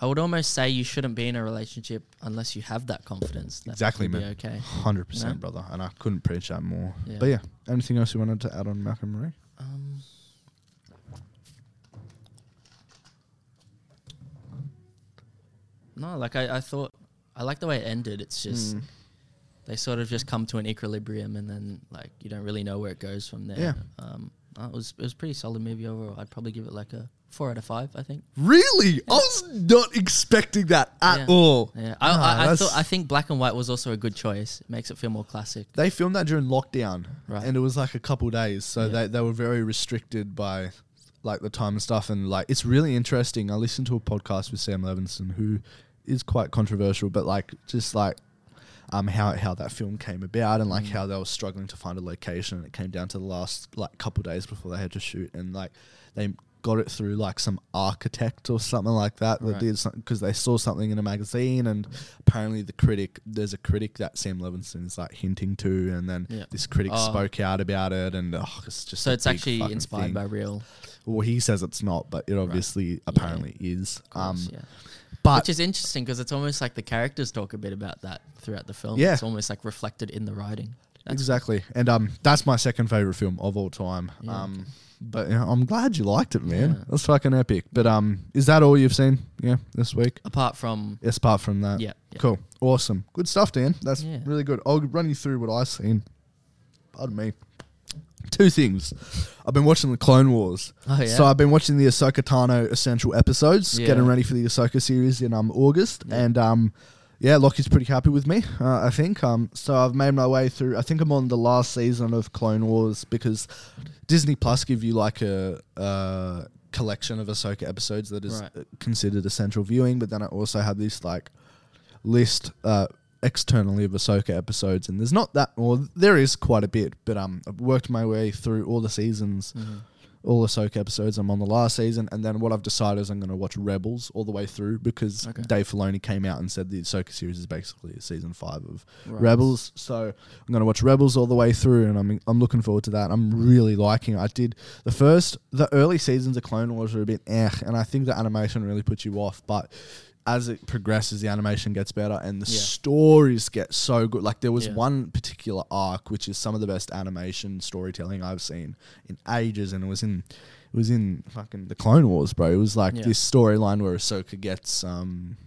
S2: I would almost say you shouldn't be in a relationship unless you have that confidence. That
S1: Exactly,
S2: you'll
S1: man.
S2: Be okay.
S1: 100%
S2: No?
S1: brother and i couldn't preach that more
S2: Yeah.
S1: but yeah anything else you wanted to add on malcolm marie
S2: Um, no, like I, I thought, I like the way it ended. It's just
S1: Mm.
S2: they sort of just come to an equilibrium, and then like you don't really know where it goes from there.
S1: Yeah.
S2: Um, no, it was it was a pretty solid movie overall. I'd probably give it like a four out of five. I think.
S1: really i was not expecting that at
S2: Yeah.
S1: all
S2: Yeah, I,
S1: Nah,
S2: I, I
S1: Ah, that's-
S2: thought I think black and white was also a good choice. It makes it feel more classic.
S1: they filmed that during lockdown
S2: Right.
S1: and it was like a couple days so
S2: Yeah.
S1: they, they were very restricted by like the time and stuff and like it's really interesting i listened to a podcast with sam levinson who is quite controversial but like just like um how, how that film came about and
S2: Mm.
S1: like how they were struggling to find a location and it came down to the last like couple days before they had to shoot and like they got it through like some architect or something like that that
S2: Right.
S1: did something because they saw something in a magazine and apparently the critic there's a critic that sam levinson is like hinting to and then
S2: Yeah.
S1: this critic
S2: Oh.
S1: spoke out about it and oh, it's just
S2: So
S1: a
S2: it's
S1: big
S2: actually
S1: fucking
S2: inspired
S1: thing.
S2: by real,
S1: well he says it's not but it obviously apparently is um
S2: course, yeah.
S1: but
S2: which is interesting because it's almost like the characters talk a bit about that throughout the film.
S1: Yeah.
S2: it's almost like reflected in the writing. That's
S1: exactly and um that's my second favorite film of all time
S2: Yeah,
S1: um but you know, i'm glad you liked it man
S2: Yeah.
S1: that's fucking epic but um is that all you've seen yeah this week
S2: apart from
S1: Yes, apart from that
S2: Oh. yeah, yeah.
S1: Cool. Awesome. Good stuff, Dan. That's
S2: Yeah.
S1: really good. I'll run you through what I've seen. Pardon me. Two things. I've been watching the Clone Wars.
S2: Oh, yeah?
S1: So I've been watching the Ahsoka Tano essential episodes,
S2: Yeah.
S1: getting ready for the Ahsoka series in um August.
S2: Yeah.
S1: And um yeah, Lockie's pretty happy with me, uh, I think. Um so I've made my way through I think I'm on the last season of Clone Wars because Disney Plus give you like a uh collection of Ahsoka episodes that is
S2: Right.
S1: uh, considered essential viewing, but then I also have this like list uh, externally of Ahsoka episodes, and there's not that, or there is quite a bit, but um, I've worked my way through all the seasons,
S2: Mm-hmm.
S1: all Ahsoka episodes. I'm on the last season, and then what I've decided is I'm going to watch Rebels all the way through because
S2: Okay.
S1: Dave Filoni came out and said the Ahsoka series is basically season five of
S2: Right.
S1: Rebels. So I'm going to watch Rebels all the way through, and I'm I'm looking forward to that. I'm really liking. It. I did the first, the early seasons of Clone Wars were a bit eh, and I think the animation really puts you off, but. As it progresses, the animation gets better and the
S2: Yeah.
S1: stories get so good. Like there was
S2: Yeah.
S1: one particular arc which is some of the best animation storytelling I've seen in ages, and it was in it was in fucking the Clone Wars, bro. It was like
S2: Yeah.
S1: this storyline where Ahsoka gets um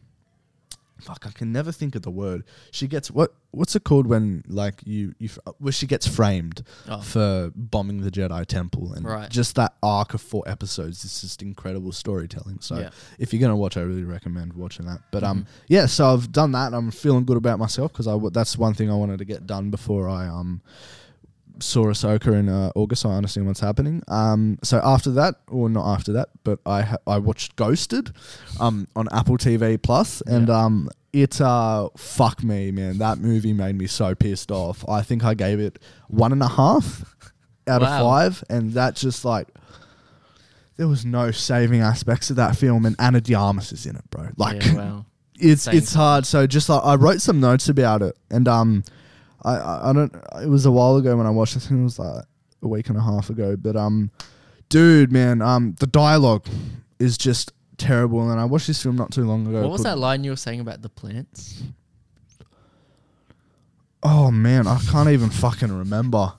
S1: fuck, I can never think of the word. She gets what? What's it called when like you you f- uh, well she gets framed
S2: Oh.
S1: for bombing the Jedi Temple and
S2: Right.
S1: just that arc of four episodes is just incredible storytelling. So
S2: Yeah. Mm-hmm.
S1: if you're gonna watch, I really recommend watching that. But um, yeah, so I've done that. and I'm feeling good about myself because I w- that's one thing I wanted to get done before I um saw Ahsoka in uh, August. So I understand what's happening. Um, so after that, or not after that, but I ha- I watched Ghosted, um, on Apple TV Plus, and um, it uh, fuck me, man, that movie made me so pissed off. I think I gave it one and a half out
S2: Wow.
S1: of five, and that just like. There was no saving aspects of that film, and Anna Diarmas is in it, bro. Like,
S2: yeah, wow.
S1: it's
S2: Same
S1: it's hard. So just like I wrote some notes about it, and um, I, I I don't. It was a while ago when I watched this, and it was like a week and a half ago. But um, dude, man, um, the dialogue is just terrible. And I watched this film not too long ago.
S2: What was
S1: called-
S2: that line you were saying about the plants?
S1: Oh man, I can't even fucking remember.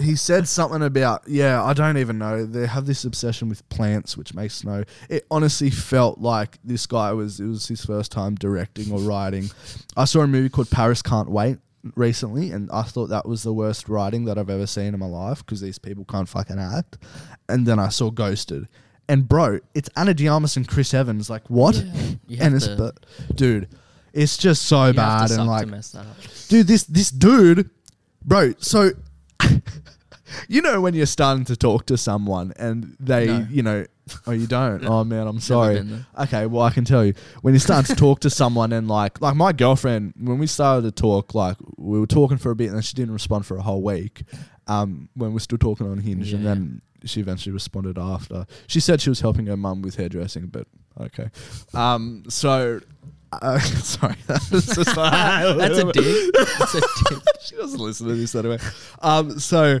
S1: He said something about yeah, I don't even know. They have this obsession with plants, which makes no. It honestly felt like this guy was it was his first time directing or writing. I saw a movie called Paris Can't Wait recently, and I thought that was the worst writing that I've ever seen in my life because these people can't fucking act. And then I saw Ghosted, and bro, it's Anna Diarmas and Chris Evans. Like what?
S2: You have
S1: and it's
S2: to-
S1: but dude, it's just so
S2: you have
S1: bad
S2: to suck
S1: and
S2: to
S1: like
S2: mess that up.
S1: dude this this dude bro so you know when you're starting to talk to someone and they
S2: No.
S1: you know oh you don't
S2: No.
S1: oh man i'm sorry
S2: been there.
S1: okay well i can tell you when you start to talk to someone and like like my girlfriend when we started to talk like we were talking for a bit and then she didn't respond for a whole week um when we're still talking on hinge and
S2: Yeah.
S1: then she eventually responded after she said she was helping her mum with hairdressing but okay um so uh, sorry that's just
S2: That's a dig. That's a dig.
S1: she doesn't listen to this anyway. Um, so.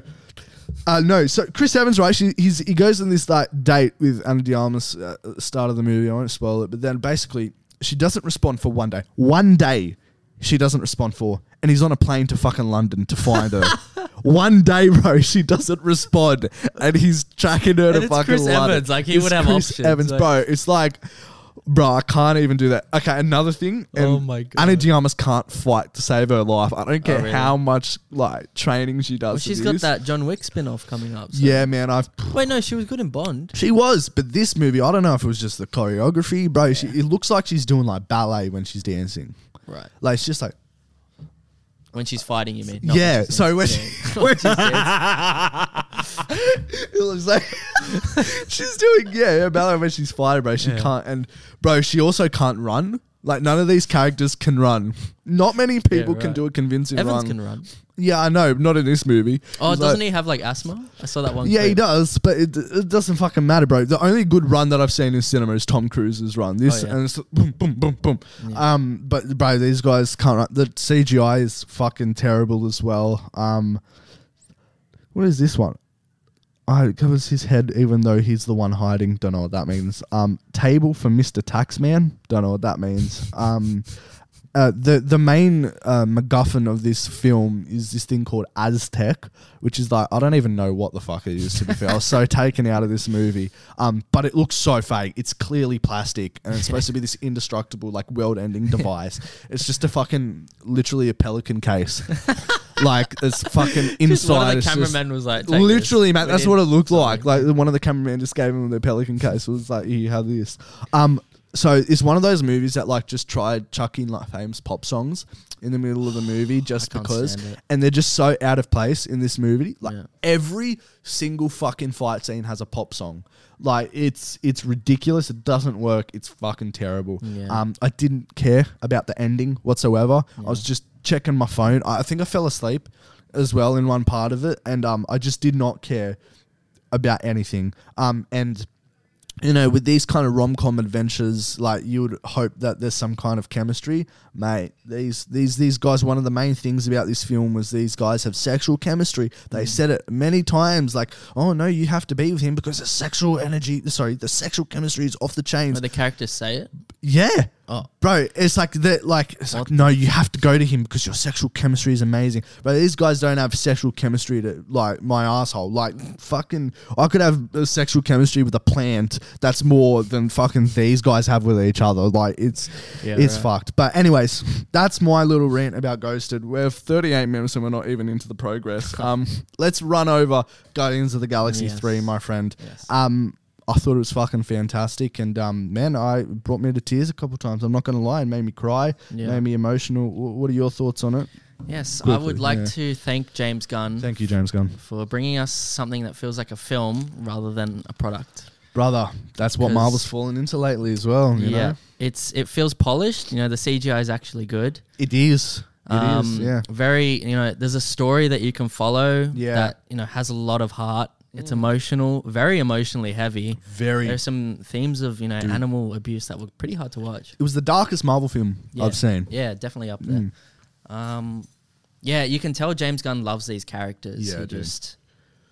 S1: Uh, no, so Chris Evans, right? She, he's, he goes on this like date with Anna De Armas uh, at the start of the movie. I won't spoil it, but then basically she doesn't respond for one day. One day she doesn't respond for, and he's on a plane to fucking London to find her. one day, bro, she doesn't respond, and he's tracking her
S2: And
S1: to
S2: it's
S1: fucking
S2: Chris
S1: London.
S2: Evans, like, he would have
S1: Chris
S2: options,
S1: Evans,
S2: like-
S1: bro, it's like, bro, I can't even do that. Okay, another thing. And
S2: Oh my God.
S1: Anna De Armas can't fight to save her life. I don't care
S2: Oh, really?
S1: how much like training she does.
S2: Well,
S1: to
S2: she's
S1: do
S2: got
S1: this.
S2: that John Wick spin off coming up. so-
S1: Yeah, man. I've
S2: Wait, no, she was good in Bond.
S1: she was, but this movie, I don't know if it was just the choreography, bro. She, it looks like she's doing like ballet when she's dancing.
S2: Right.
S1: Like it's just like
S2: When she's fighting, you mean? not
S1: yeah.
S2: she's
S1: So
S2: dancing.
S1: when
S2: Yeah.
S1: she, when she- it looks like she's doing yeah, yeah ballet when she's fighting, bro. She
S2: Yeah.
S1: can't and bro, she also can't run. Like none of these characters can run. Not many people can
S2: right.
S1: do a convincing
S2: Evans
S1: run.
S2: can run.
S1: Yeah, I know. Not in this movie.
S2: Oh,
S1: It's
S2: doesn't
S1: like-
S2: he have like asthma? I saw that one.
S1: Yeah, he
S2: clip.
S1: does, but it, it doesn't fucking matter, bro. The only good run that I've seen in cinema is Tom Cruise's run. This
S2: Oh, yeah.
S1: and it's boom, boom, boom, boom. Um, but bro, these guys can't. Run. The CGI is fucking terrible as well. Um, what is this one? Oh, it covers his head, even though he's the one hiding. Don't know what that means. Um, table for Mister Taxman. Don't know what that means. Um, uh, the the main uh, MacGuffin of this film is this thing called Aztec, which is like I don't even know what the fuck it is. To be fair, I was so taken out of this movie. Um, but it looks so fake. It's clearly plastic, and it's supposed to be this indestructible, like world-ending device. It's just a fucking literally a pelican case. like it's fucking inside.
S2: Just one of the
S1: it's just-
S2: cameramen was like, "Take
S1: Literally,
S2: this.
S1: man,
S2: We
S1: that's
S2: need
S1: what it looked
S2: something."
S1: like. Like one of the cameramen just gave him the pelican case. It was like, here, have this. Um, so it's one of those movies that like just tried chucking like famous pop songs in the middle of the movie just
S2: can't
S1: because,
S2: stand it.
S1: and they're just so out of place in this movie. Like
S2: Yeah.
S1: every single fucking fight scene has a pop song. Like it's it's ridiculous. It doesn't work. It's fucking terrible.
S2: Yeah.
S1: Um, I didn't care about the ending whatsoever. I was just checking my phone. I, I think I fell asleep as well in one part of it, and um, I just did not care about anything. Um, and you know, with these kind of rom com adventures, like you would hope that there's some kind of chemistry, mate. These these these guys. One of the main things about this film was these guys have sexual chemistry. They said it many times, like, "Oh no, you have to be with him because the sexual energy, sorry, the sexual chemistry is off the chains."
S2: But the characters say it.
S1: Yeah.
S2: Oh.
S1: Bro, it's like that. Like, it's like, no, you have to go to him because your sexual chemistry is amazing. But these guys don't have sexual chemistry to like my asshole. Like, fucking, I could have a sexual chemistry with a plant that's more than fucking these guys have with each other. Like, it's
S2: Yeah,
S1: it's
S2: right.
S1: fucked. But anyways, that's my little rant about Ghosted. We're 38 minutes and we're not even into the progress. um, let's run over Guardians of the Galaxy
S2: Yes.
S1: three, my friend.
S2: Yes.
S1: Um, I thought it was fucking fantastic, and um, man, I it brought me to tears a couple times. I'm not gonna lie, it made me cry,
S2: Yeah.
S1: made me emotional. Wh- What are your thoughts on it?
S2: Yes, I
S1: Quickly,
S2: would like
S1: yeah.
S2: to thank James Gunn
S1: Thank you, James Gunn,
S2: for bringing us something that feels like a film rather than a product.
S1: brother. That's what
S2: 'Cause-
S1: Marvel's fallen into lately as well. You
S2: yeah,
S1: know?
S2: it's it feels polished. You know, the CGI is actually good.
S1: it is. It is.
S2: Um,
S1: Yeah.
S2: Very, you know, there's a story that you can follow
S1: Yeah. Mm.
S2: that, you know, has a lot of heart. It's emotional, very emotionally heavy.
S1: Very.
S2: There's some themes of, you know, animal abuse that were pretty hard to watch.
S1: It was the darkest Marvel film
S2: Yeah.
S1: I've seen.
S2: Yeah, definitely up there.
S1: Mm.
S2: Um, yeah, you can tell James Gunn loves these characters.
S1: Yeah,
S2: He
S1: I do.
S2: just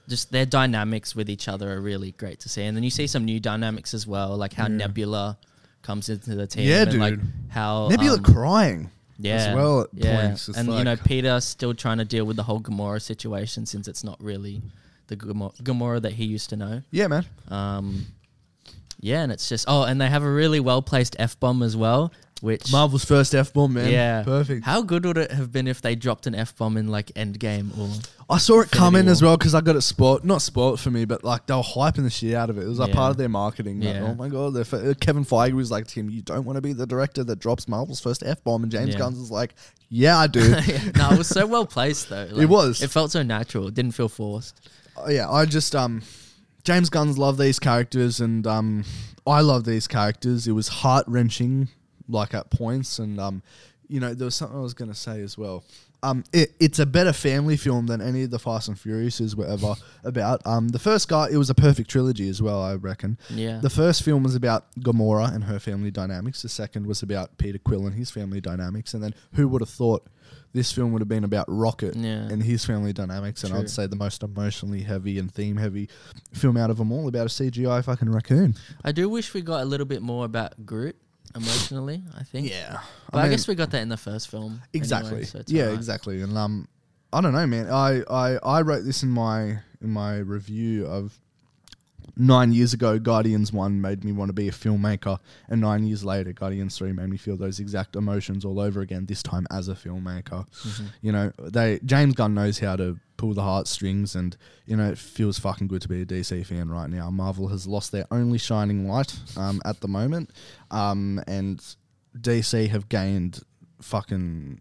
S2: just their dynamics with each other are really great to see. And then you see some new dynamics as well, like how Nebula comes into the team.
S1: Yeah,
S2: and Like
S1: dude.
S2: how
S1: Nebula
S2: um,
S1: crying.
S2: yeah,
S1: as well at points. It's
S2: and
S1: like-
S2: you know, Peter still trying to deal with the whole Gamora situation since it's not really the Gamora, Gamora that he used to know.
S1: Yeah, man.
S2: Um, yeah, and it's just oh, and they have a really well placed f bomb as well, which
S1: Marvel's first F bomb, man.
S2: yeah,
S1: Perfect.
S2: How good would it have been if they dropped an f bomb in like Endgame or
S1: I saw it come in
S2: Infinity
S1: as well because I got it sport, not sport for me, but like they were hyping the shit out of it. It was like
S2: Yeah.
S1: part of their marketing. Like,
S2: Yeah.
S1: oh my god, they're f- Kevin Feige was like, Tim, you don't want to be the director that drops Marvel's first f bomb, and James
S2: Yeah.
S1: Gunn's is like, yeah, I do.
S2: no, it was so well placed though. Like,
S1: was.
S2: It felt so natural. It didn't feel forced.
S1: Uh, yeah, I just um, James Gunn's love these characters, and um, I love these characters. It was heart wrenching, like at points, and um, you know, there was something I was gonna say as well. Um, it, it's a better family film than any of the Fast and Furiouses were ever about. Um, the first guy, it was a perfect trilogy as well, I reckon.
S2: Yeah.
S1: The first film was about Gamora and her family dynamics. The second was about Peter Quill and his family dynamics. And then who would have thought this film would have been about Rocket
S2: Yeah.
S1: and his family dynamics? And
S2: True.
S1: I'd say the most emotionally heavy and theme heavy film out of them all about a CGI fucking raccoon.
S2: I do wish we got a little bit more about Groot emotionally. I think. But
S1: I,
S2: I,
S1: mean,
S2: guess we got that in the first film. anyway,
S1: exactly.
S2: so it's
S1: yeah,
S2: alright.
S1: exactly. And um, I don't know, man. I, I I wrote this in my in my review of nine years ago. Guardians one made me want to be a filmmaker, and nine years later, Guardians three made me feel those exact emotions all over again. This time as a filmmaker,
S2: Mm-hmm.
S1: you know, they James Gunn knows how to pull the heartstrings, and you know, it feels fucking good to be a DC fan right now. Marvel has lost their only shining light um, at the moment, um, and DC have gained fucking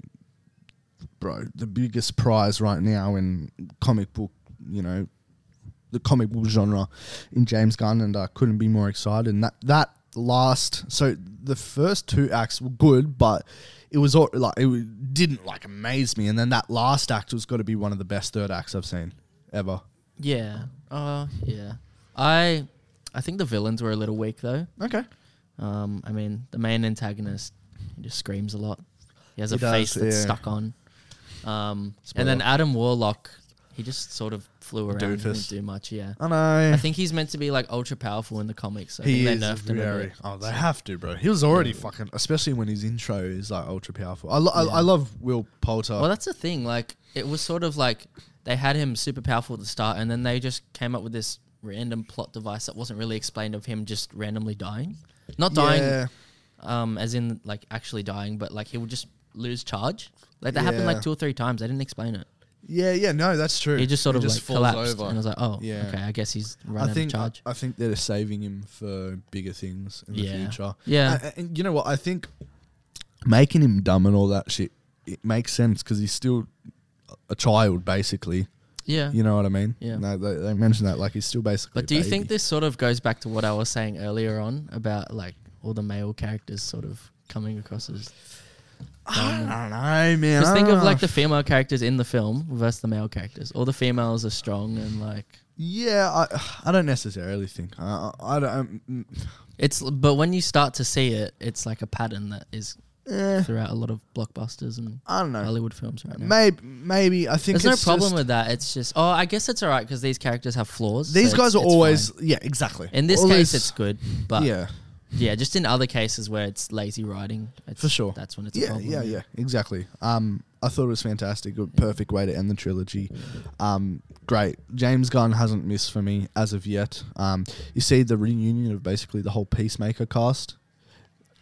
S1: bro, the biggest prize right now in comic book, you know, the comic book genre in James Gunn, and I couldn't be more excited. And that that last, so the first two acts were good, but it was all, like it wa- didn't like amaze me. And then that last act was got to be one of the best third acts I've seen ever.
S2: Yeah. Uh, yeah. I I think the villains were a little weak though.
S1: Okay,
S2: Um, I mean, the main antagonist he just screams a lot. He has
S1: He
S2: a
S1: does,
S2: face that's
S1: yeah.
S2: stuck on. Um, and then
S1: Spoiler.
S2: Adam Warlock, he just sort of flew around and
S1: Doofus.
S2: didn't do much. Yeah.
S1: I know.
S2: I think he's meant to be like ultra powerful in the comics. I
S1: he
S2: think
S1: is
S2: they nerfed him a
S1: very.
S2: bit.
S1: Oh, they have to, bro. He was already fucking, especially when his intro is like ultra powerful. I, lo- I, I love Will Poulter.
S2: Well, that's the thing. Like, it was sort of like they had him super powerful at the start, and then they just came up with this random plot device that wasn't really explained of him just randomly dying. Not dying,
S1: Yeah.
S2: um, as in like actually dying, but like he would just lose charge. Like that happened
S1: Yeah.
S2: like two or three times. They didn't explain it.
S1: Yeah, yeah, no, that's true.
S2: He just sort of like collapsed, and I was like, oh,
S1: Yeah.
S2: okay, I guess he's run
S1: I
S2: out of
S1: think
S2: charge.
S1: I think they're saving him for bigger things in
S2: Yeah.
S1: the future.
S2: Yeah.
S1: and, and you know what? I think making him dumb and all that shit it makes sense because he's still a child, basically.
S2: yeah.
S1: You know what I mean?
S2: Yeah.
S1: No, they, they mentioned that like he's still basically.
S2: But do you think
S1: that?
S2: this sort of goes back to what I was saying earlier on about like all the male characters sort of coming across as?
S1: I don't know, man.
S2: Just
S1: I
S2: think
S1: don't
S2: of
S1: know.
S2: like the female characters in the film versus the male characters. All the females are strong and like
S1: yeah. I I don't necessarily think. I I I don't. mm,
S2: it's. But when you start to see it, it's like a pattern that is
S1: Eh,
S2: throughout a lot of blockbusters and
S1: I don't know.
S2: Hollywood films right now.
S1: Maybe maybe I think
S2: There's no
S1: it's
S2: problem
S1: just-
S2: with that. It's just oh, I guess it's all right because these characters have flaws. so
S1: These
S2: it's-
S1: guys are
S2: it's
S1: always
S2: fine.
S1: yeah exactly.
S2: in this
S1: All
S2: case
S1: these-
S2: it's good, but
S1: yeah.
S2: yeah, just in other cases where it's lazy writing, it's,
S1: For sure.
S2: that's when it's a
S1: Yeah,
S2: problem.
S1: yeah, yeah, exactly. Um, I thought it was fantastic. A perfect way to end the trilogy. Um, great. James Gunn hasn't missed for me as of yet. Um, you see the reunion of basically the whole Peacemaker cast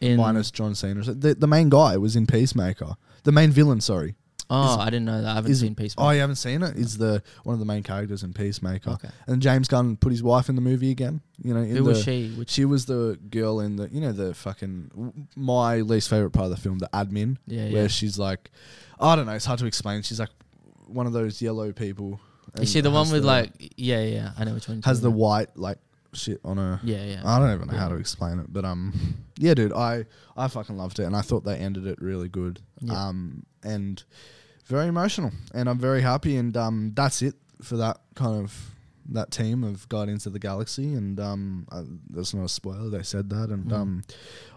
S2: In,
S1: minus John Cena. So The, the main guy was in Peacemaker. The main villain, sorry.
S2: oh, I didn't know that. I haven't
S1: is-
S2: seen Peacemaker.
S1: Oh, you haven't seen it? Is the one of the main characters in Peacemaker.
S2: Okay.
S1: And James Gunn put his wife in the movie again. You know, in
S2: Who was
S1: the-
S2: she? Which
S1: She was the girl in the, you know, the fucking my least favorite part of the film, the admin,
S2: Yeah,
S1: where
S2: yeah.
S1: she's like, I don't know, it's hard to explain. She's like one of those yellow people. and
S2: is she the one
S1: has
S2: with
S1: the-
S2: like? Mm. Yeah, yeah. I know which one. you're
S1: has the
S2: talking about.
S1: white like shit on her?
S2: Yeah, yeah.
S1: I don't even know how
S2: Yeah.
S1: to explain it, but um, yeah, dude, I I fucking loved it, and I thought they ended it really good,
S2: Yeah.
S1: um, and very emotional, and I'm very happy, and um, that's it for that kind of that team of Guardians of the Galaxy, and um, uh, that's not a spoiler, they said that, and
S2: Mm.
S1: um,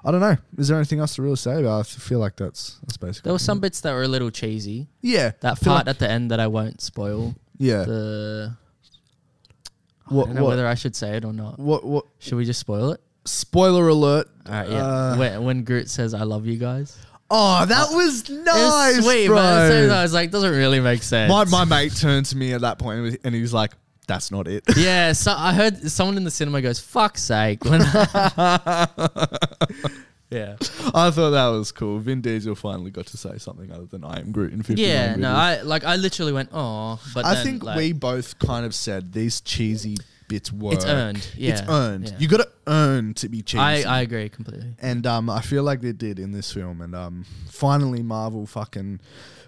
S1: I don't know, is there anything else to really say about? it? I f- feel like that's that's basically
S2: There were some
S1: it.
S2: bits that were a little cheesy.
S1: yeah
S2: That
S1: feel
S2: part
S1: like-
S2: at the end that I won't spoil.
S1: yeah
S2: The I
S1: what
S2: don't know
S1: what,
S2: whether I should say it or not.
S1: what what
S2: Should we just spoil it?
S1: spoiler alert.
S2: All right, yeah.
S1: Uh,
S2: when, when Groot says "I love you guys,"
S1: Oh, that was
S2: It was
S1: nice,
S2: sweet,
S1: bro.
S2: but at the same time, I was like, doesn't really make sense.
S1: My, my mate turned to me at that point and was- and he was like, "That's not it."
S2: yeah, so I heard someone in the cinema goes, "Fuck's sake!" When yeah,
S1: I thought that was cool. Vin Diesel finally got to say something other than "I am Groot" in 50
S2: yeah. No,
S1: languages.
S2: I like I literally went, "Oh," but
S1: I
S2: then,
S1: think
S2: like,
S1: we both kind of said these cheesy bits work.
S2: it's earned. Yeah,
S1: It's earned.
S2: yeah.
S1: You got to earn to be cheesy.
S2: I I agree completely.
S1: and um, I feel like they did in this film. And um, finally, Marvel fucking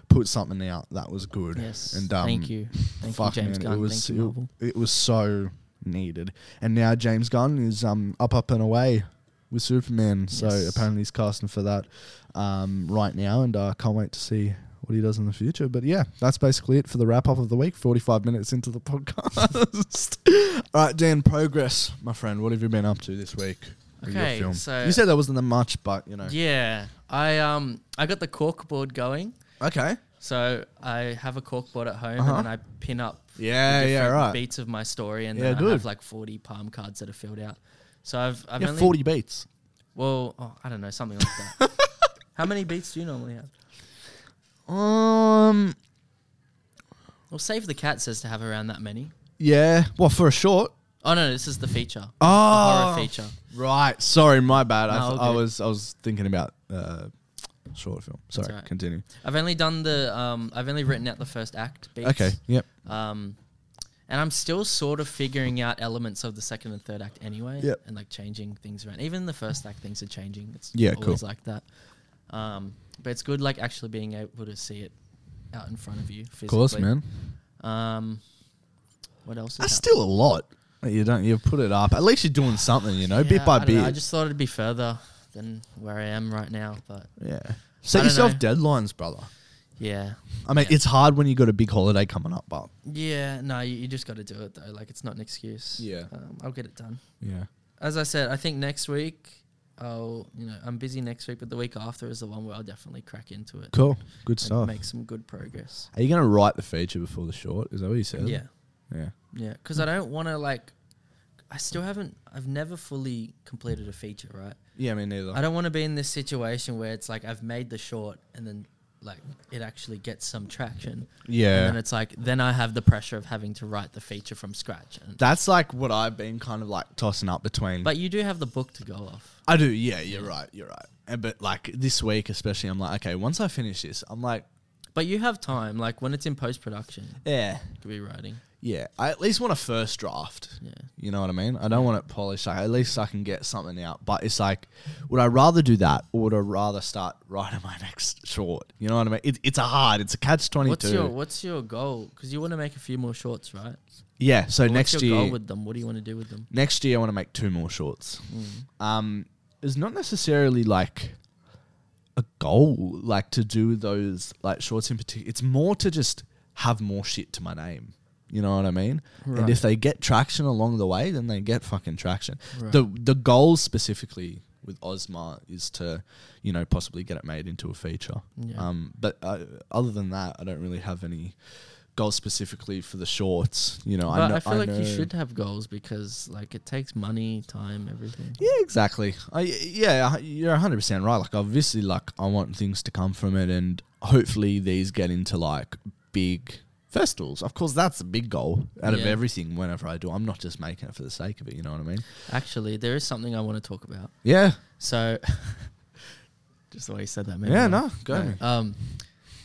S1: put something out that was good.
S2: Yes,
S1: And um,
S2: thank you, thank you,
S1: Fuck,
S2: James
S1: man,
S2: Gunn.
S1: It was,
S2: thank you, Marvel.
S1: it, it was so needed. And now James Gunn is um up up and away with Superman. So
S2: Yes.
S1: apparently he's casting for that um right now and I uh, can't wait to see what he does in the future. But yeah, that's basically it for the wrap up of the week, forty five minutes into the podcast. All right, Dan, progress, my friend. What have you been up to this week? with your
S2: Okay,
S1: film?
S2: so-
S1: you said there wasn't much, but you know.
S2: Yeah, I um I got the corkboard going,
S1: Okay.
S2: so I have a corkboard at home,
S1: Uh-huh.
S2: and then I pin up
S1: Yeah,
S2: the
S1: yeah,
S2: different
S1: right.
S2: beats of my story, and
S1: Yeah,
S2: then
S1: good.
S2: I have like forty palm cards that are filled out. So I've I've
S1: Yeah,
S2: only
S1: forty beats.
S2: well oh, I don't know something like that. How many beats do you normally have?
S1: Um,
S2: Well, Save the Cat says to have around that many.
S1: yeah. Well, for a short.
S2: Oh no, this is the feature, the
S1: Oh,
S2: horror feature.
S1: Right. Sorry, my bad. I,
S2: No,
S1: th-
S2: all
S1: I
S2: good.
S1: was I was thinking about uh, short film. Sorry.
S2: all right.
S1: Continue.
S2: I've only done the um I've only written out the first act beats.
S1: Okay. Yep.
S2: Um, and I'm still sort of figuring out elements of the second and third act anyway,
S1: Yep.
S2: and like changing things around. Even the first act, things are changing. It's
S1: Yeah,
S2: always
S1: cool.
S2: like that. Um, but it's good, like actually being able to see it out in front of you. Physically.
S1: Of course, man.
S2: Um, what else?
S1: That's
S2: is
S1: still a lot. You don't. You put it up. At least you're doing something. You know, bit by
S2: I don't know,
S1: bit.
S2: I just thought it'd be further than where I am right now, but
S1: yeah. Set
S2: don't
S1: yourself
S2: know.
S1: deadlines, brother.
S2: yeah,
S1: I mean, it's hard when you got a big holiday coming up, but
S2: yeah. No, you, you just got to do it though. Like it's not an excuse.
S1: Yeah.
S2: um, I'll get it done.
S1: yeah.
S2: as I said, I think next week I'll you know I'm busy next week, but the week after is the one where I'll definitely crack into it.
S1: Cool. Good
S2: and
S1: stuff.
S2: Make some good progress.
S1: Are you gonna write the feature before the short? Is that what you said?
S2: Yeah,
S1: Yeah.
S2: yeah. Because I don't want to like. I still haven't. I've never fully completed a feature, right?
S1: Yeah. Me neither.
S2: I don't want to be in this situation where it's like I've made the short and then like it actually gets some traction, and
S1: yeah.
S2: then it's like then I have the pressure of having to write the feature from scratch. And,
S1: That's like what I've been kind of like tossing up between.
S2: but you do have the book to go off.
S1: I do. Yeah, you're right. You're right. And, but like this week, especially, I'm like, okay, once I finish this, I'm like,
S2: But you have time, like when it's in post production,
S1: yeah,
S2: could be writing.
S1: yeah. I at least want a first draft.
S2: Yeah.
S1: You know what I mean? I don't want it polished. Like, at least I can get something out. But it's like, would I rather do that or would I rather start writing my next short? You know what I mean? It, it's a hard. It's a catch twenty
S2: What's your
S1: two.
S2: What's your goal? Because you want to make a few more shorts, right?
S1: Yeah. So
S2: What's
S1: next
S2: your
S1: year,
S2: goal with them? What do you want to do with them? Mm,
S1: next year I want to make two more shorts. Um, it's not necessarily like a goal, like to do those like shorts in particular. It's more to just have more shit to my name. You know what I mean? And if they get traction along the way, then they get fucking traction.
S2: Right.
S1: The the goal specifically with Ozma is to, you know, possibly get it made into a feature.
S2: Yeah.
S1: Um, but uh, other than that, I don't really have any goals specifically for the shorts. You know, I
S2: But
S1: know.
S2: I feel like you
S1: know-
S2: should have goals because like it takes money, time, everything.
S1: Yeah, exactly. I, yeah, you're 100% right. Like, obviously, like, I want things to come from it, and hopefully, these get into like big festivals. Of course, that's a big goal out of
S2: Yeah.
S1: everything whenever I do. I'm not just making it for the sake of it, you know what I mean?
S2: Actually, there is something I want to talk about.
S1: Yeah,
S2: So, just the way you said that, man.
S1: Yeah, no, go.
S2: Um,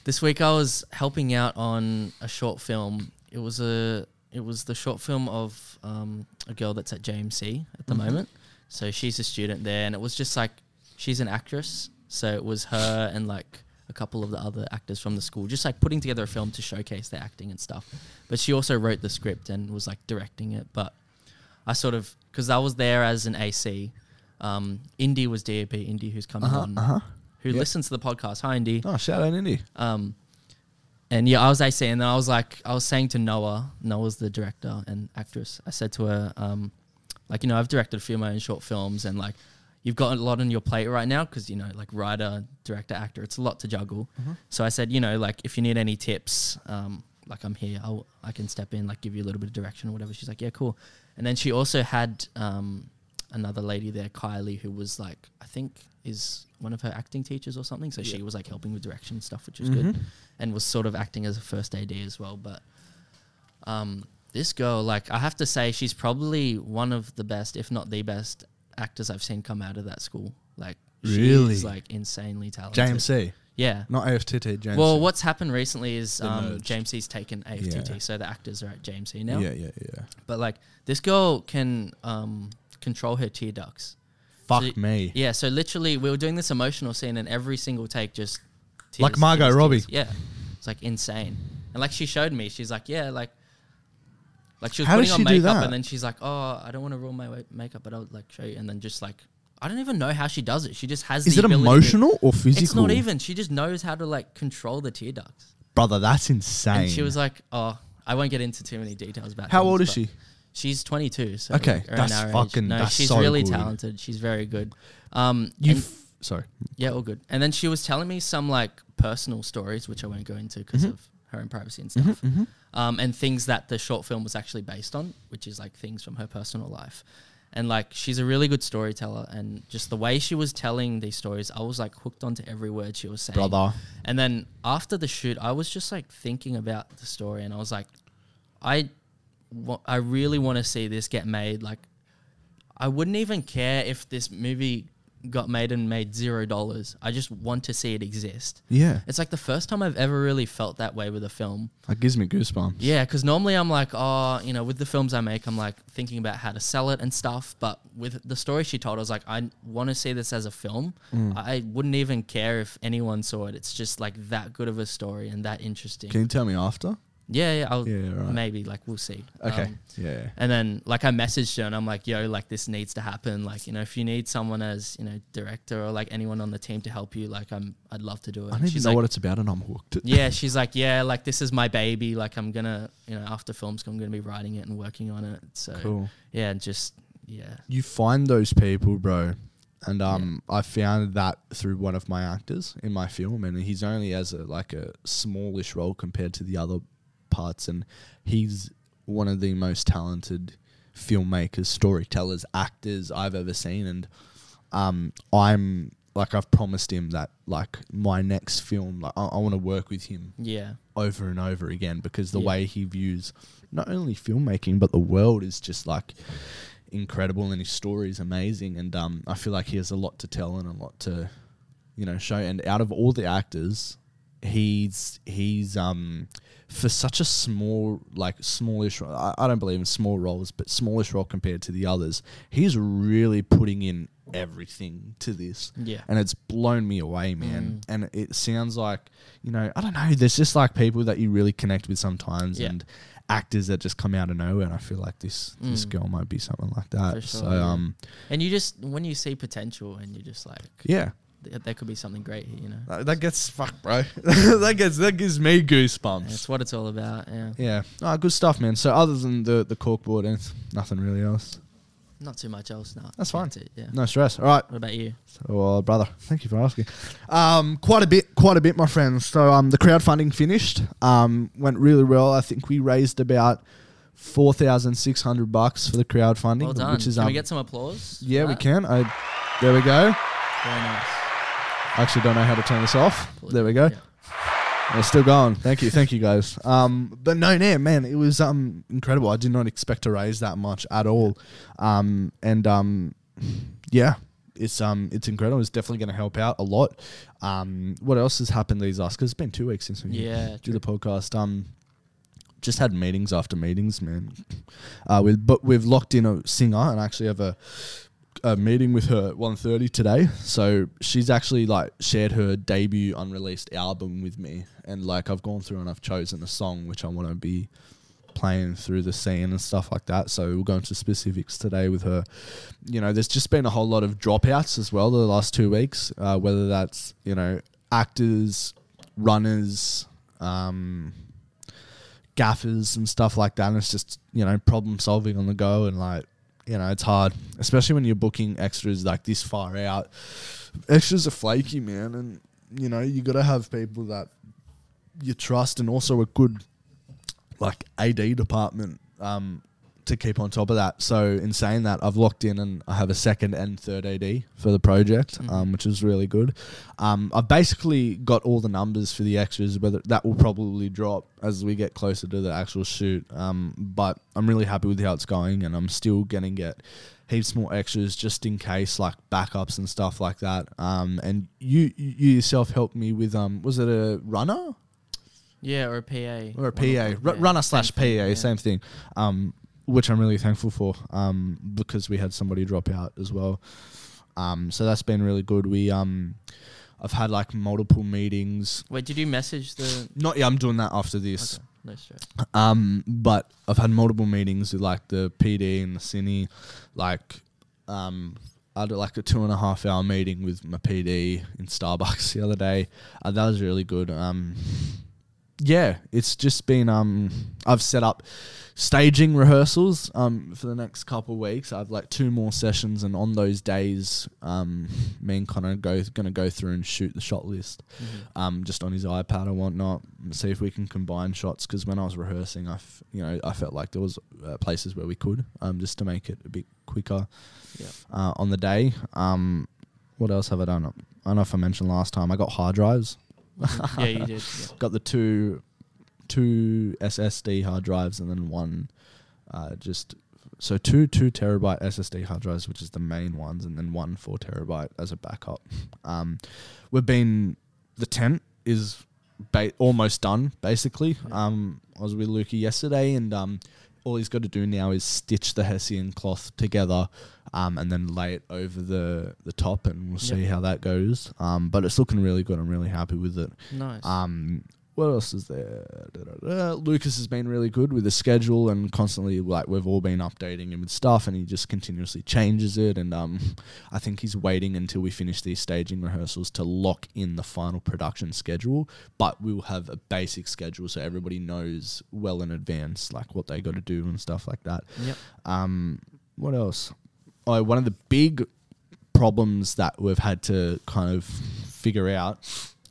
S2: this week I was helping out on a short film. It was a it was the short film of um, a girl that's at JMC at
S1: Mm-hmm.
S2: the moment. So she's a student there, and it was just like she's an actress. So it was her and like a couple of the other actors from the school, just like putting together a film to showcase their acting and stuff. But she also wrote the script and was like directing it. But I sort of because I was there as an AC. Um, Indy was DAP. Indy, who's
S1: Uh-huh,
S2: coming on, who
S1: Yeah.
S2: listens to the podcast. Hi, Indy.
S1: Oh, shout out Indy.
S2: Um, and yeah, I was AC, and then I was like, I was saying to Noah, Noah's the director and actress. I said to her, um, like, you know, I've directed a few of my own short films, and like, you've got a lot on your plate right now because you know, like, writer, director, actor, it's a lot to juggle. So I said, you know, like, if you need any tips, um, like, I'm here, I'll, I can step in, like, give you a little bit of direction or whatever. She's like, yeah, cool. And then she also had um, another lady there, Kylie, who was like, I think is one of her acting teachers or something. So she was like helping with direction and stuff, which was good, and was sort of acting as a first AD as well. But um, this girl, like, I have to say, she's probably one of the best, if not the best, actors I've seen come out of that school. Like,
S1: Really?
S2: she's like insanely talented.
S1: JMC,
S2: yeah.
S1: not AFTT, JMC.
S2: Well, what's happened recently is
S1: They
S2: um,
S1: merged.
S2: James C's taken AFTT,
S1: Yeah.
S2: so the actors are at James C now.
S1: Yeah, yeah, yeah.
S2: But like this girl can um, control her tear ducts.
S1: Fuck
S2: So-
S1: me.
S2: Yeah, so literally we were doing this emotional scene, and every single take just tears,
S1: Like Margot Robbie.
S2: Yeah, it's like insane. And like she showed me, she's like, yeah, like. Like she was
S1: How does
S2: putting on
S1: she do
S2: makeup,
S1: that?
S2: and then she's like, "Oh, I don't want to ruin my wa- makeup, but I'll like show you." And then just like, I don't even know how she does it. She just has.
S1: Is
S2: the
S1: it
S2: ability to-
S1: emotional or physical?
S2: It's not even. She just knows how to like control the tear ducts.
S1: Brother, that's insane.
S2: And she was like, "Oh, I won't get into too many details about."
S1: How
S2: things,
S1: old is
S2: but-
S1: she?
S2: She's 22. So
S1: Okay,
S2: like, around
S1: that's
S2: our age.
S1: fucking-
S2: No,
S1: that's
S2: she's
S1: so
S2: really
S1: good.
S2: talented. She's very good. Um,
S1: You.
S2: and-
S1: F- sorry.
S2: yeah, all good. And then she was telling me some like personal stories, which I won't go into because
S1: Mm-hmm.
S2: of her own privacy and stuff, um, and things that the short film was actually based on, which is like things from her personal life. And like she's a really good storyteller, and just the way she was telling these stories, I was like hooked onto every word she was saying.
S1: Brother.
S2: And then after the shoot, I was just like thinking about the story, and I was like, I, wa- I really want to see this get made. Like, I wouldn't even care if this movie got made and made zero dollars. I just want to see it exist.
S1: Yeah.
S2: It's like the first time I've ever really felt that way with a film.
S1: That gives me goosebumps.
S2: Yeah, because normally I'm like, oh, you know, with the films I make, I'm like thinking about how to sell it and stuff. But with the story she told, I was like, I want to see this as a film.
S1: Mm.
S2: I wouldn't even care if anyone saw it. It's just like that good of a story and that interesting.
S1: Can you tell me after?
S2: yeah, yeah, I'll,
S1: Yeah, right.
S2: maybe like we'll see.
S1: Okay.
S2: Um,
S1: yeah.
S2: and then like I messaged her and I'm like, yo, like this needs to happen. Like, you know, if you need someone as, you know, director or like anyone on the team to help you, like I'm I'd love to do it.
S1: I
S2: And
S1: don't even
S2: she's
S1: know
S2: like,
S1: what it's about, and I'm hooked.
S2: Yeah, she's like, Yeah, like this is my baby. Like I'm gonna you know, after films I'm gonna be writing it and working on it. So
S1: Cool.
S2: yeah, and just yeah.
S1: You find those people, bro, and um, I found that through one of my actors in my film, and he's only as a like a smallish role compared to the other parts, and he's one of the most talented filmmakers, storytellers, actors I've ever seen, and um, I'm like I've promised him that like my next film, like I, I want to work with him
S2: Yeah.
S1: over and over again because the
S2: Yeah.
S1: way he views not only filmmaking but the world is just like incredible and his story is amazing and um, I feel like he has a lot to tell and a lot to you know show and out of all the actors he's he's um for such a small like smallish ro- I, I don't believe in small roles but smallish role compared to the others he's really putting in everything to this
S2: Yeah.
S1: and it's blown me away, man.
S2: Mm.
S1: And it sounds like, you know, I don't know, there's just like people that you really connect with sometimes
S2: Yeah.
S1: and actors that just come out of nowhere and I feel like this this
S2: Mm.
S1: girl might be something like that.
S2: For
S1: so
S2: sure, yeah.
S1: um
S2: And you just when you see potential and you're just like
S1: yeah.
S2: th- there could be something great here, you know.
S1: That, that gets fuck, bro. that gets that gives me
S2: That's
S1: goosebumps.
S2: what it's all about. Yeah.
S1: Yeah. Ah, good stuff, man. So other than the the corkboard and nothing eh, really else.
S2: Not too much else. No,
S1: That's fine.
S2: it, yeah.
S1: No stress. All right.
S2: What about you?
S1: Well, uh, brother, thank you for asking. Um, quite a bit, quite a bit, my friends. So um, the crowdfunding finished. Um, went really well. I think we raised about four thousand six hundred bucks for the crowdfunding,
S2: Well done.
S1: which is
S2: can
S1: um,
S2: we get some applause? for
S1: yeah, we
S2: that?
S1: can. I, there we go.
S2: Very nice.
S1: I actually don't know how to turn this off. There we go.
S2: Yeah.
S1: We're still going. Thank you, thank you guys. Um, but no, no, man, it was um incredible. I did not expect to raise that much at all. Um, and um, yeah, it's um, it's incredible. It's definitely going to help out a lot. Um, what else has happened these last? Because it's been two weeks since we
S2: Yeah,
S1: do the podcast. Um, just had meetings after meetings, man. Uh, we but we've locked in a singer, and I actually have a a meeting with her at 1.30 today so she's actually like shared her debut unreleased album with me and like i've gone through and i've chosen a song which i want to be playing through the scene and stuff like that so we'll go into specifics today with her you know there's just been a whole lot of dropouts as well the last two weeks uh, whether that's you know actors runners um gaffers and stuff like that and it's just you know problem solving on the go and like you know, it's hard, especially when you're booking extras like this far out. Extras are flaky, man, and you know you got to have people that you trust, and also a good like AD department um, to keep on top of that. So, in saying that, I've locked in and I have a second and third AD for the project, um, which is really good. Um, I've basically got all the numbers for the extras, whether that will probably drop as we get closer to the actual shoot. Um, but I'm really happy with how it's going, and I'm still going to get heaps more extras just in case, like backups and stuff like that. Um, and you, you yourself helped me with um, was it a runner?
S2: Yeah, or a PA.
S1: or a
S2: One of
S1: PA,
S2: them,
S1: Ru
S2: yeah.
S1: runner
S2: Same
S1: slash PA,
S2: thing, yeah.
S1: same thing. Um, which I'm really thankful for, um, because we had somebody drop out as well. Um, so that's been really good. We um, I've had like multiple meetings.
S2: Wait, did you message the?
S1: Not yeah, I'm doing that after this.
S2: Okay, no stress.
S1: Um, but I've had multiple meetings with like the PD and the cine, like um, I had like a two and a half hour meeting with my PD in Starbucks the other day. Uh, that was really good. Um, yeah, it's just been um, I've set up staging rehearsals um for the next couple of weeks. I've like two more sessions, and on those days, um, me and Connor go gonna go through and shoot the shot list
S2: Mhm.
S1: um, just on his iPad or whatnot, and see if we can combine shots. Because when I was rehearsing, I, f- you know, I felt like there was uh, places where we could, um, just to make it a bit quicker
S2: Yeah.
S1: uh, on the day. Um, what else have I done? I don't know if I mentioned last time. I got hard drives.
S2: Mhm. yeah, you did. Yeah.
S1: Got the two, two SSD hard drives and then one, uh, just so two two terabyte SSD hard drives, which is the main ones, and then one four terabyte as a backup. Um, we've been the tent is ba- almost done basically.
S2: Yeah.
S1: Um, I was with Lukey yesterday, and um, all he's got to do now is stitch the Hessian cloth together, um, and then lay it over the the top, and we'll see
S2: Yep.
S1: how that goes. Um, but it's looking really good. I'm really happy with it.
S2: Nice.
S1: Um, what else is there? Da, da, da. Lucas has been really good with the schedule and constantly like we've all been updating him with stuff, and he just continuously changes it. And um, I think he's waiting until we finish these staging rehearsals to lock in the final production schedule. But we will have a basic schedule so everybody knows well in advance like what they got to do and stuff like that.
S2: yep.
S1: Um, what else? Oh, one of the big problems that we've had to kind of figure out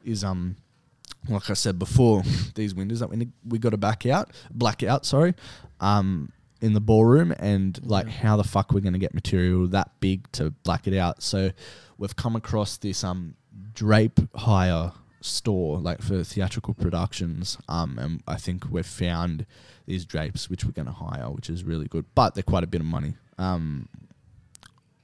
S1: is um, like I said before, these windows that we ne- we got to back out, black out, sorry, um, in the ballroom, and like
S2: Yeah.
S1: how the fuck we're gonna get material that big to black it out. So we've come across this um drape hire store like for theatrical productions um and i think we've found these drapes which we're going to hire which is really good but they're quite a bit of money um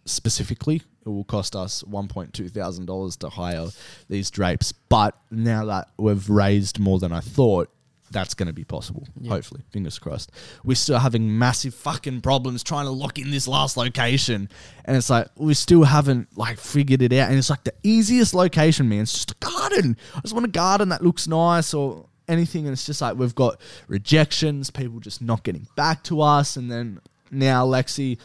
S1: specifically it will cost us 1.2 thousand dollars to hire these drapes but now that we've raised more than i thought that's going to be possible
S2: Yeah.
S1: hopefully fingers crossed we're still having massive fucking problems trying to lock in this last location and it's like we still haven't like figured it out and it's like the easiest location man it's just a garden i just want a garden that looks nice or anything and it's just like we've got rejections people just not getting back to us and then now lexi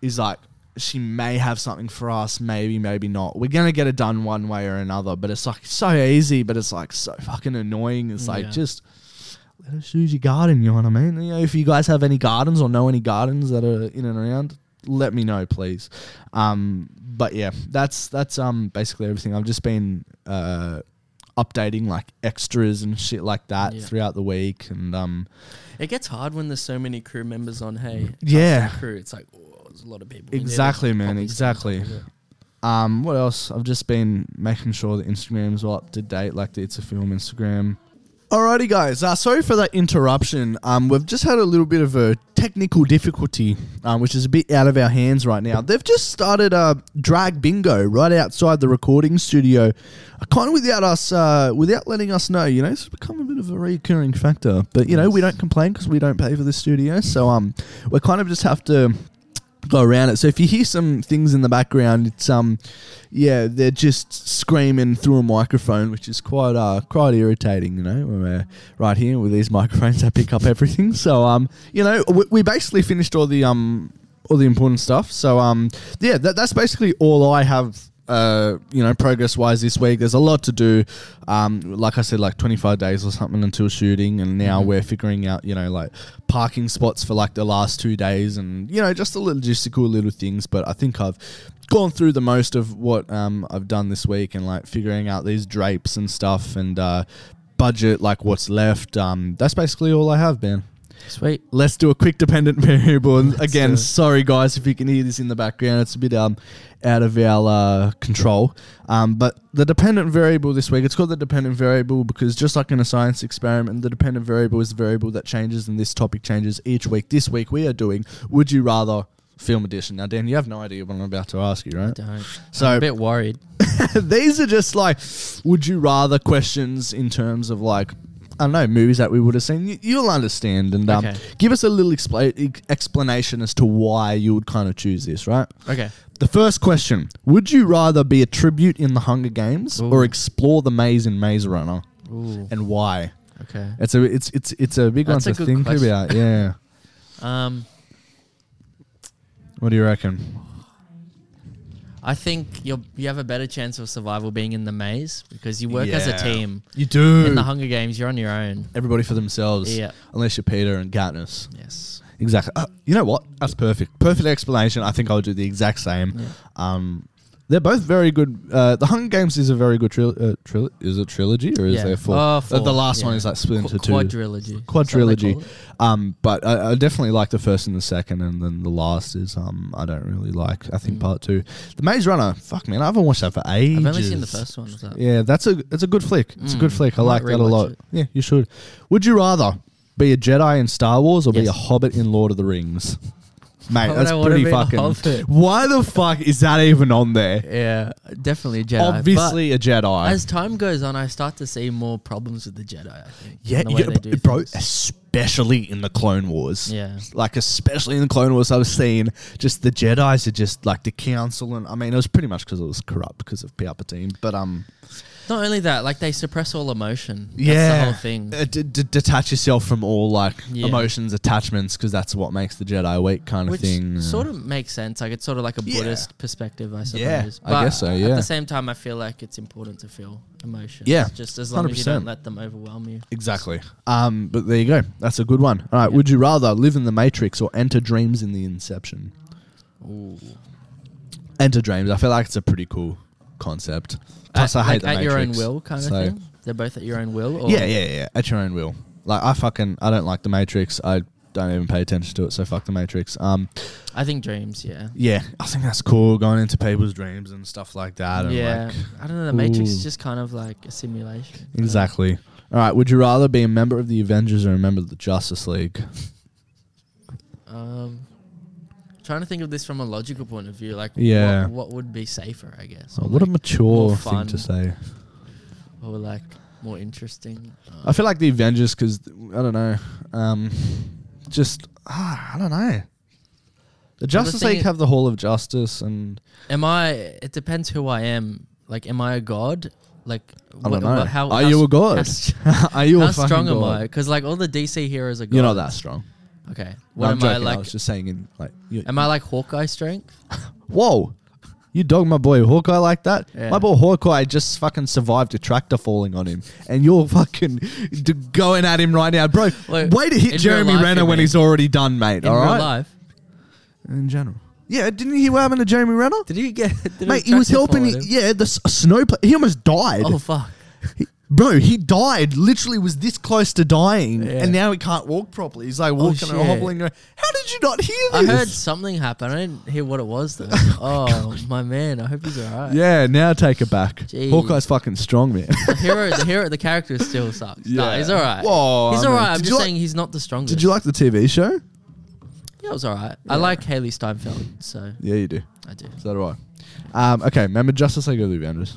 S1: is like she may have something for us, maybe, maybe not. We're gonna get it done one way or another, but it's like so easy, but it's like so fucking annoying. It's like
S2: Yeah.
S1: just let us use your garden, you know what I mean? You know, if you guys have any gardens or know any gardens that are in and around, let me know, please. Um, but yeah, that's that's um basically everything. I've just been uh, updating like extras and shit like that
S2: Yeah.
S1: throughout the week, and um,
S2: It gets hard when there's so many crew members on. Hey, after
S1: Yeah.
S2: the crew. It's like oh, there's a lot of people. We need to
S1: exactly, man,
S2: probably
S1: exactly. Um, what else? I've just been making sure the Instagram's all up to date, like the It's a Film Instagram. Alrighty, guys. Uh, sorry for that interruption. Um, we've just had a little bit of a technical difficulty, um, which is a bit out of our hands right now. They've just started a drag bingo right outside the recording studio, kind of without us, uh, without letting us know. You know, it's become a bit of a recurring factor. But you know, we don't complain because we don't pay for the studio, so um, we kind of just have to go around it. So if you hear some things in the background, it's um, yeah, they're just screaming through a microphone, which is quite uh quite irritating. You know, when we're right here with these microphones that pick up everything. So um, you know, we, we basically finished all the um all the important stuff. So um, yeah, that, that's basically all I have. Uh, you know, progress wise this week, there's a lot to do. Um, like I said, like 25 days or something until shooting, and now
S2: Mhm.
S1: we're figuring out, you know, like parking spots for like the last two days, and you know, just the logistical little things. But I think I've gone through the most of what um, I've done this week, and like figuring out these drapes and stuff, and uh, budget, like what's left. Um, that's basically all I have, man.
S2: Sweet.
S1: Let's do a quick dependent variable. And again,
S2: do it.
S1: sorry guys if you can hear this in the background, it's a bit um out of our uh, control. Um, but the dependent variable this week, it's called the dependent variable because just like in a science experiment, the dependent variable is the variable that changes, and this topic changes each week. This week we are doing would you rather film edition. Now, Dan, you have no idea what I'm about to ask you, right?
S2: Don't.
S1: So
S2: A bit worried.
S1: these are just like would you rather questions in terms of like I don't know movies that we would have seen. You, you'll understand, and um,
S2: Okay.
S1: give us a little expla- ex- explanation as to why you would kind of choose this, right?
S2: Okay.
S1: The first question: Would you rather be a tribute in the Hunger Games
S2: Ooh.
S1: or explore the maze in Maze Runner,
S2: Ooh.
S1: and why?
S2: Okay.
S1: It's a it's it's it's a big
S2: That's
S1: one
S2: a
S1: to
S2: good
S1: think
S2: question.
S1: about. Yeah.
S2: Um,
S1: What do you reckon?
S2: I think you you have a better chance of survival being in the maze because you work as a
S1: Yeah.
S2: team.
S1: You do.
S2: In the Hunger Games, you're on your own.
S1: Everybody for themselves.
S2: Yeah.
S1: Unless you're Peter and Katniss.
S2: Yes.
S1: Exactly. Uh, you know what? That's perfect. Perfect explanation. I think I would do the exact same. Um, they're both very good. Uh, the Hunger Games is a very good trilogy. Uh, tril- is it trilogy or is
S2: Yeah.
S1: there four?
S2: Uh,
S1: The- The
S2: four,
S1: last one
S2: yeah.
S1: is like split into
S2: Qu-
S1: two.
S2: quadrilogy. is that what they call
S1: Quadrilogy.
S2: it?
S1: Um, but I, I definitely like the first and the second, and then the last is um, I don't really like. I think
S2: Mm.
S1: part two. The Maze Runner. Fuck man, I haven't watched that for ages.
S2: I've only seen the first one. Is that?
S1: Yeah, that's a it's a good flick. It's a good
S2: Mm,
S1: flick. I
S2: I
S1: like
S2: might
S1: that a lot.
S2: rewatch it.
S1: Yeah, you should. Would you rather be a Jedi in Star Wars or be
S2: Yes.
S1: a Hobbit in Lord of the Rings? Mate,
S2: Why would
S1: that's
S2: I wanna
S1: pretty
S2: be a
S1: fucking.
S2: Hobbit?
S1: Why the fuck is that even on there?
S2: Yeah, definitely a Jedi. Obviously,
S1: Obviously a Jedi.
S2: as time goes on, I start to see more problems with the Jedi. I think.
S1: yeah,
S2: and the way
S1: yeah
S2: they
S1: b-
S2: do
S1: bro,
S2: things.
S1: especially in the Clone Wars.
S2: Yeah.
S1: Like especially in the Clone Wars, I've seen just the Jedi's are just like the council, and I mean it was pretty much because it was corrupt because of Palpatine. But um,
S2: Not only that, like they suppress all emotion. That's
S1: yeah,
S2: the whole thing.
S1: Uh, d- d- detach yourself from all like
S2: Yeah.
S1: emotions, attachments, because that's what makes the Jedi weak, kind of
S2: Which
S1: thing. Yeah.
S2: sort of makes sense. Like it's sort of like a
S1: Yeah.
S2: Buddhist perspective, I suppose.
S1: Yeah, I guess so,
S2: At
S1: yeah.
S2: the same time, I feel like it's important to feel emotions.
S1: Yeah,
S2: Just as long as you
S1: 100%.
S2: don't let them overwhelm you.
S1: exactly. Um, but there you go. That's a good one. All right. Would you rather live in the Matrix or enter dreams in the Inception?
S2: Ooh.
S1: Enter dreams. I feel like it's a pretty cool concept. Plus, I hate
S2: like
S1: the
S2: at your own
S1: Matrix,
S2: will kind
S1: so-
S2: of thing. They're both at your own will. Or
S1: Yeah, yeah, yeah. At your own will. Like I fucking I don't like the Matrix. I don't even pay attention to it. So fuck the Matrix. Um,
S2: I think dreams. Yeah.
S1: yeah, I think that's cool going into people's dreams and stuff like that. And
S2: yeah.
S1: like,
S2: I don't know. The Matrix
S1: Ooh.
S2: is just kind of like a simulation.
S1: Exactly. All right. Would you rather be a member of the Avengers or a member of the Justice League?
S2: Um, trying to think of this from a logical point of view. Like,
S1: Yeah.
S2: what, what would be safer? I guess.
S1: Oh,
S2: Or
S1: what a
S2: like-
S1: mature
S2: more
S1: thing to
S2: fun.
S1: say.
S2: or like more interesting. Um,
S1: I feel like the Avengers because I don't know. Um, just ah, I don't know. The Justice
S2: thing
S1: League
S2: is-
S1: have the Hall of Justice, and
S2: Am I? It depends who I am. Like, am I a god? Like,
S1: I don't
S2: what-
S1: know.
S2: what- how
S1: Are
S2: how
S1: you
S2: s-
S1: a god?
S2: How, s-
S1: are you
S2: how
S1: a fucking
S2: strong am
S1: god?
S2: I? Because like all the DC heroes are gods.
S1: You're not that strong.
S2: Okay.
S1: No,
S2: What
S1: I'm
S2: am
S1: joking.
S2: I like?
S1: was just saying. In like, you,
S2: am I like Hawkeye strength?
S1: whoa, you dog my boy Hawkeye like that?
S2: Yeah.
S1: My boy Hawkeye just fucking survived a tractor falling on him, and you're fucking d- going at him right now, bro.
S2: Like,
S1: way to
S2: in
S1: hit
S2: real
S1: Jeremy
S2: life,
S1: Renner
S2: you
S1: when
S2: mean?
S1: he's already done, mate.
S2: In
S1: all
S2: real
S1: right.
S2: life.
S1: In general, Yeah, didn't you hear what happened to Jeremy Renner?
S2: Did he get? Did
S1: Mate,
S2: a
S1: he was
S2: tractor
S1: helping.
S2: follow him?
S1: yeah, the s- snow. pl- He almost died.
S2: Oh fuck!
S1: He- bro, he died. Literally, was this close to dying,
S2: Yeah. Oh,
S1: and now he can't walk properly. He's like walking and
S2: shit.
S1: hobbling. around. How did you not hear
S2: I
S1: this?
S2: heard something happen. I didn't hear what it was though. oh my man, I hope he's alright.
S1: Yeah, now take it back.
S2: Jeez.
S1: Hawkeye's fucking strong, man.
S2: The hero, the hero, the character still sucks. Nah,
S1: Yeah.
S2: he's alright.
S1: Whoa,
S2: he's
S1: I mean,
S2: alright. I'm
S1: did
S2: just
S1: you like-
S2: saying he's not the strongest.
S1: Did you like the TV show?
S2: Yeah, it was alright. I like Haley Steinfeld, so
S1: Yeah, you do.
S2: I do.
S1: So do I. Um, okay, remember Justice League or the Avengers?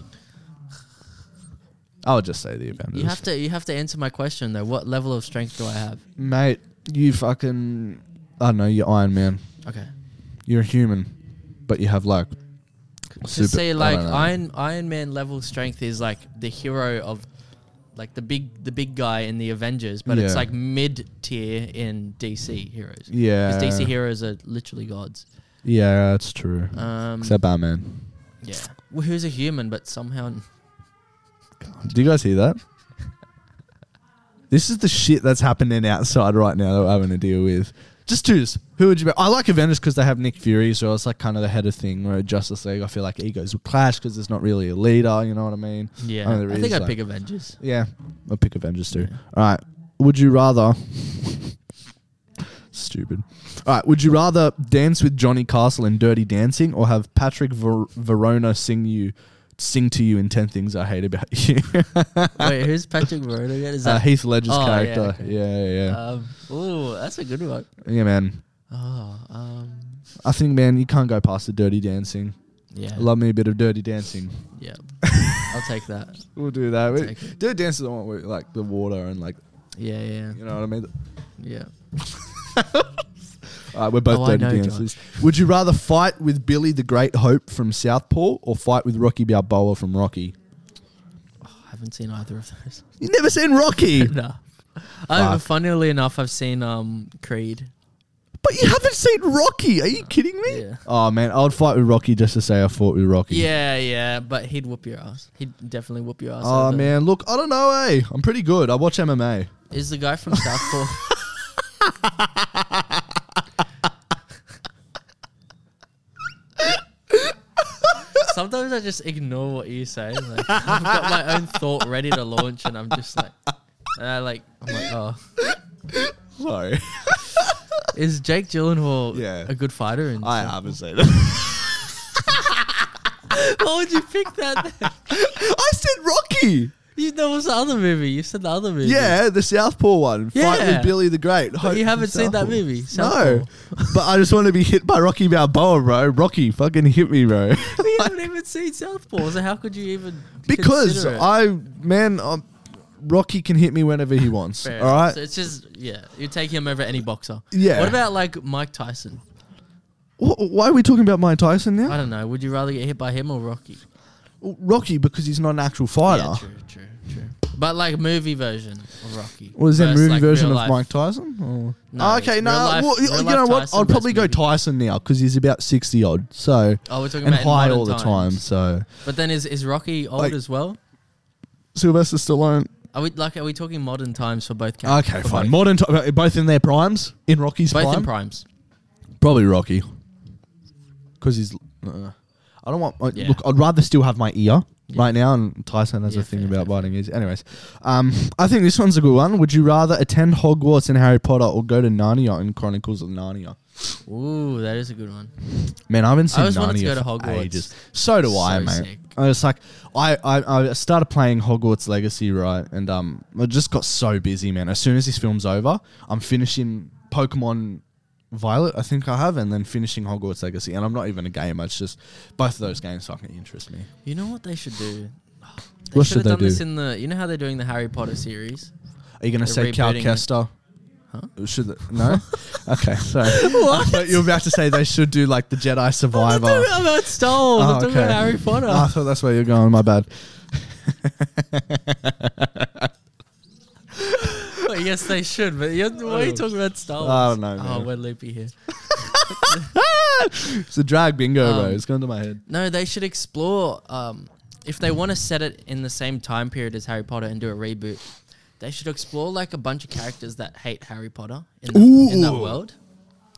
S1: I would just say the Avengers.
S2: You have to, you have to answer my question though. What level of strength do I have?
S1: Mate, you fucking. I don't know, you're Iron Man.
S2: Okay.
S1: You're a human, but you have like.
S2: To
S1: super- I
S2: say like
S1: don't know.
S2: Iron Iron Man level strength is like the hero of like the big the big guy in the Avengers, but it's
S1: Yeah.
S2: like mid tier in DC heroes.
S1: Yeah.
S2: Because DC heroes are literally gods.
S1: Yeah, that's true.
S2: Um,
S1: Except Batman.
S2: yeah. Well, who's a human but somehow
S1: Do you guys hear that? this is the shit that's happening outside right now that we're having to deal with. Just twos. Who would you be? I like Avengers because they have Nick Fury, so it's like kind of the head of thing. Where Justice League, I feel like egos will clash because there's not really a leader. You know what I mean?
S2: Yeah.
S1: Oh, there
S2: I think
S1: is,
S2: I'd
S1: like-
S2: pick Avengers.
S1: Yeah, I'll pick Avengers too. All right. Would you rather? Stupid. All right. Would you rather dance with Johnny Castle in Dirty Dancing or have Patrick Ver- Verona sing you, sing to you in Ten Things I Hate About You?
S2: Wait, who's Patrick Verona again? Is
S1: uh,
S2: that
S1: Heath Ledger's
S2: Oh, yeah,
S1: character.
S2: okay.
S1: Yeah, yeah, yeah.
S2: um, Ooh, that's a good one.
S1: yeah, man.
S2: Oh, um,
S1: I think, man, you can't go past the Dirty Dancing.
S2: yeah.
S1: Love me a bit of Dirty Dancing.
S2: Yeah. I'll take that.
S1: We'll do that. We,
S2: Take
S1: dirty Dancing is the one with like the water and like,
S2: Yeah, yeah.
S1: you know what I mean.
S2: Yeah.
S1: All right, Uh, we're both
S2: Oh, I
S1: dirty
S2: know,
S1: dancers. Would you rather fight with Billy the Great Hope from Southpaw or fight with Rocky Balboa from Rocky?
S2: I haven't seen either of those.
S1: You never seen Rocky,
S2: no. I,
S1: Fuck.
S2: funnily enough, I've seen um Creed.
S1: but you haven't seen Rocky. Are you kidding me?
S2: Yeah.
S1: Oh man, I would fight with Rocky just to say I fought with Rocky.
S2: Yeah, yeah, but he'd whoop your ass. He'd definitely whoop your ass.
S1: Oh
S2: over.
S1: man, look, I don't know, eh? I'm pretty good. I watch MMA.
S2: Is the guy from Southpaw? Sometimes I just ignore what you say. Like, I've got my own thought ready to launch, and I'm just like, and I like, I'm like, oh,
S1: Sorry,
S2: is Jake Gyllenhaal
S1: Yeah.
S2: a good fighter? And
S1: I haven't seen it.
S2: why would you pick that? then?
S1: I said Rocky.
S2: you know what's the other movie? You said the other movie.
S1: Yeah, the Southpaw one. Fight
S2: Yeah.
S1: with Billy the Great. Hope
S2: you
S1: from
S2: haven't seen that
S1: Southpaw.
S2: movie,
S1: No,
S2: Southpaw.
S1: but I just want to be hit by Rocky Balboa, bro. Rocky, fucking hit me, bro.
S2: we haven't even seen Southpaw, so how could you even?
S1: Because
S2: consider it?
S1: I, man, um, Rocky can hit me whenever he wants.
S2: Fair
S1: all
S2: enough.
S1: right.
S2: So it's just yeah, you take him over any boxer.
S1: Yeah.
S2: What about like Mike Tyson?
S1: Wh- why are we talking about Mike Tyson
S2: I
S1: now?
S2: don't know. Would you rather get hit by him or Rocky?
S1: Rocky because he's not an actual fighter.
S2: Yeah, true, true, true. But like movie version of Rocky.
S1: Was there a
S2: versus,
S1: movie
S2: like,
S1: version
S2: real
S1: of
S2: life.
S1: Mike Tyson? Or?
S2: No,
S1: Ah,
S2: it's
S1: okay, no.
S2: real life-
S1: well, you-
S2: real
S1: you
S2: life
S1: know what?
S2: Tyson
S1: I'd probably
S2: versus
S1: go
S2: movie.
S1: Tyson now because he's about sixty odd, so
S2: Oh, we're talking
S1: and
S2: about in
S1: high
S2: modern
S1: all the time.
S2: times.
S1: So
S2: But then is is Rocky old
S1: Like-
S2: as well?
S1: Sylvester Stallone.
S2: Are we like are we talking modern times for both? Characters?
S1: Okay,
S2: for
S1: fine.
S2: Both,
S1: Modern, t- both in their primes, in Rocky's
S2: both
S1: prime,
S2: in primes.
S1: probably Rocky, because he's. Uh, I don't want. I-
S2: Yeah.
S1: Look, I'd rather still have my ear
S2: Yeah.
S1: right now, and Tyson has
S2: Yeah,
S1: a thing
S2: fair,
S1: about
S2: fair,
S1: biting ears. Anyways, um, I think this one's a good one. Would you rather attend Hogwarts in Harry Potter or go to Narnia in Chronicles of Narnia?
S2: Ooh, that is a good one.
S1: Man, I haven't seen
S2: always
S1: Narnia
S2: wanted to go to
S1: for
S2: Hogwarts.
S1: ages. So do I,
S2: So
S1: mate.
S2: sick.
S1: I was like, I, I, I started playing Hogwarts Legacy, right? And um, I just got so busy, man. As soon as this film's over, I'm finishing Pokemon Violet, I think I have, and then finishing Hogwarts Legacy. And I'm not even a gamer. It's just both of those games fucking interest me.
S2: You know what they should do? They
S1: What
S2: should
S1: should
S2: have
S1: they
S2: done this
S1: do?
S2: in the. You know how they're doing the Harry Potter series?
S1: Are you gonna
S2: They're
S1: say Cal
S2: rebooting it.
S1: Kester?
S2: Huh?
S1: Should they, no? okay, sorry. I thought you were about to say they should do like the Jedi
S2: I'm
S1: Survivor.
S2: not talking about Star
S1: Oh,
S2: Wars. I'm talking about
S1: okay. Ah,
S2: Harry Potter.
S1: I thought that's where you're going. My bad.
S2: Well, yes, they should, but you're, why are
S1: Oh.
S2: you talking about Star Wars?
S1: I don't know,
S2: Oh,
S1: man.
S2: we're loopy here.
S1: It's a drag bingo, bro.
S2: Um,
S1: It's going to my head.
S2: No, they should explore. Um, if they want to set it in the same time period as Harry Potter and do a reboot, they should explore like a bunch of characters that hate Harry Potter in, the, in that
S1: Ooh.
S2: world.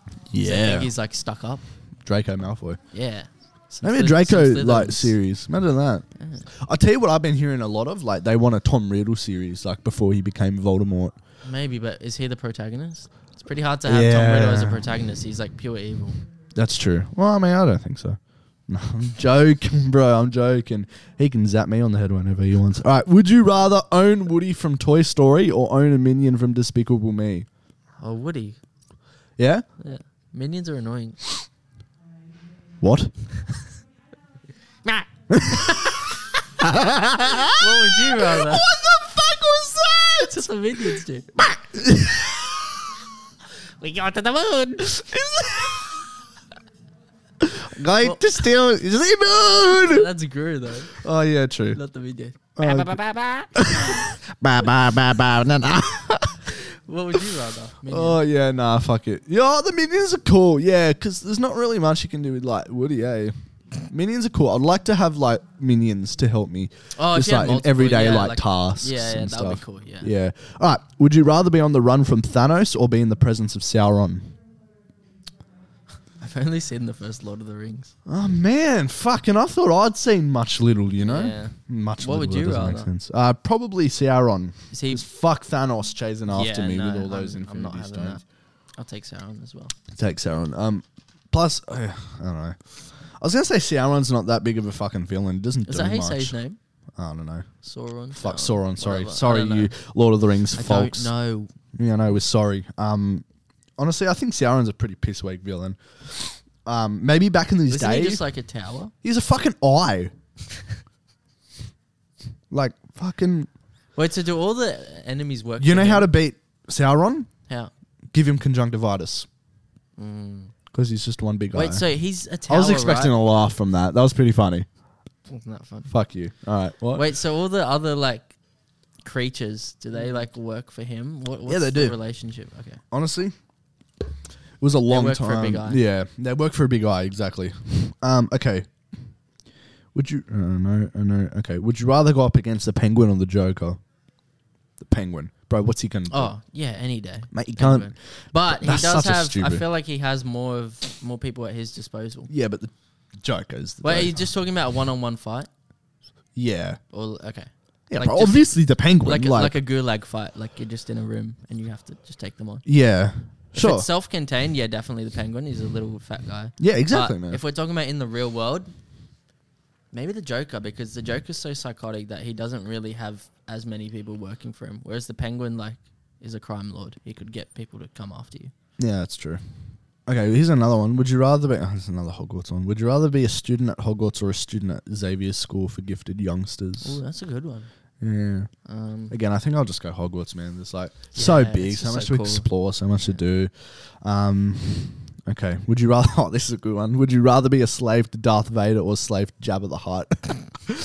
S2: I think
S1: Yeah.
S2: he's like stuck up.
S1: Draco Malfoy.
S2: Yeah. Some
S1: Maybe a
S2: Slyth-
S1: Draco
S2: some Slytherins.
S1: like series. Imagine that.
S2: Yeah.
S1: I'll tell you what I've been hearing a lot of. Like they want a Tom Riddle series, like before he became Voldemort.
S2: Maybe, but is he the protagonist? It's pretty hard to have Tom
S1: Yeah.
S2: Riddle as a protagonist. He's like pure evil.
S1: That's true. Well, I mean, I don't think so. No, I'm joking, bro. I'm joking. He can zap me on the head whenever he wants. All right. Would you rather own Woody from Toy Story or own a minion from Despicable Me?
S2: Oh, Woody.
S1: Yeah.
S2: Yeah. Minions are annoying.
S1: What?
S2: what would you rather? What the fuck was that? It's just what minions do. we go to the moon.
S1: Going to steal his moon.
S2: That's Gru though,
S1: Oh yeah, true.
S2: not the minion.
S1: Oh,
S2: Ba, ba, ba, ba.
S1: Ba ba ba ba. na, na.
S2: what would you rather? Minion.
S1: Oh yeah, nah, fuck it. Yeah, the minions are cool. Yeah, because there's not really much you can do with like Woody. Eh? Minions are cool. I'd like to have like minions to help me.
S2: Oh, if
S1: just
S2: you had
S1: like in
S2: multiple,
S1: everyday
S2: yeah,
S1: like,
S2: like-
S1: tasks.
S2: yeah, yeah,
S1: and
S2: that would be
S1: stuff.
S2: cool, yeah.
S1: Yeah. All right. Would you rather be on the run from Thanos or be in the presence of Sauron?
S2: I've only seen the first Lord of the Rings.
S1: Oh man, fucking! I thought I'd seen much little. You know,
S2: Yeah.
S1: much.
S2: What would
S1: little, it
S2: you
S1: doesn't Make
S2: rather?
S1: sense. Uh, probably Sauron.
S2: Is he?
S1: 'Cause fuck Thanos chasing after
S2: Yeah,
S1: me
S2: no,
S1: with all those
S2: I'm, I'm
S1: Infinity
S2: not having
S1: Stones.
S2: that. I'll take Sauron as well.
S1: Take Sauron. Um, plus, uh, I don't know. I was gonna say Sauron's not that big of a fucking villain. Doesn't
S2: Is
S1: do
S2: that how you
S1: much.
S2: say his name?
S1: I don't know.
S2: Sauron.
S1: Fuck
S2: Sauron,
S1: Sauron. Sorry,
S2: whatever. I
S1: sorry,
S2: don't know.
S1: you Lord of the Rings
S2: I
S1: folks.
S2: don't know.
S1: Yeah, no, we're sorry. Um, honestly, I think Sauron's a pretty piss weak villain. Um, maybe back in these
S2: Isn't he
S1: days,
S2: just like a tower?
S1: he's a fucking eye. like fucking,
S2: Wait, so do all the enemies work?
S1: you
S2: for
S1: know
S2: him?
S1: how to beat Sauron?
S2: How?
S1: Give him conjunctivitis because he's just one big eye.
S2: Mm. Wait, so he's a tower.
S1: I was expecting
S2: Right?
S1: a laugh from that. That was pretty funny.
S2: Wasn't that fun?
S1: Fuck you. All right. What?
S2: Wait, so all the other like creatures, do they like work for him? What, what's
S1: they
S2: the
S1: do.
S2: Relationship. Okay.
S1: Honestly, it was a long
S2: work
S1: time.
S2: for a big eye.
S1: Yeah, they work for a big eye. Exactly. Um. Okay. Would you? Uh, no. Uh, no. Okay. Would you rather go up against the Penguin or the Joker? The Penguin, bro. What's he gonna do?
S2: Oh yeah, any day.
S1: Mate, you can't.
S2: Penguin. But he
S1: That's such
S2: does
S1: a
S2: have. I
S1: stupid-
S2: feel like he has more of more people at his disposal.
S1: Yeah, but the Joker's. The
S2: Wait, are
S1: Joker.
S2: you just talking about a one-on-one fight?
S1: yeah.
S2: Or okay,
S1: Yeah,
S2: Like
S1: bro,
S2: just-
S1: obviously the Penguin.
S2: like
S1: Like,
S2: a, like a gulag fight, like you're just in a room and you have to just take them on.
S1: yeah.
S2: If
S1: Sure.
S2: it's uh, self-contained, yeah, definitely the penguin. He's a little fat guy.
S1: Yeah, exactly,
S2: But
S1: man.
S2: uh, If we're talking about in the real world, maybe the Joker because the Joker's so psychotic that he doesn't really have as many people working for him, whereas the penguin like is a crime lord. He could get people to come after you.
S1: Yeah, that's true. Okay, here's another one. Would you rather be? Oh, there's another Hogwarts one. Would you rather be a student at Hogwarts or a student at Xavier's School for Gifted
S2: Oh,
S1: Youngsters?
S2: that's a good one.
S1: Yeah.
S2: Um,
S1: Again, I think I'll just go Hogwarts, man. It's like so
S2: Yeah,
S1: big,
S2: it's
S1: so
S2: just
S1: much
S2: so
S1: to
S2: cool.
S1: explore, so much to do. Um, okay. Would you rather? Oh, this is a good one. Would you rather be a slave to Darth Vader or a slave to Jabba the Hutt?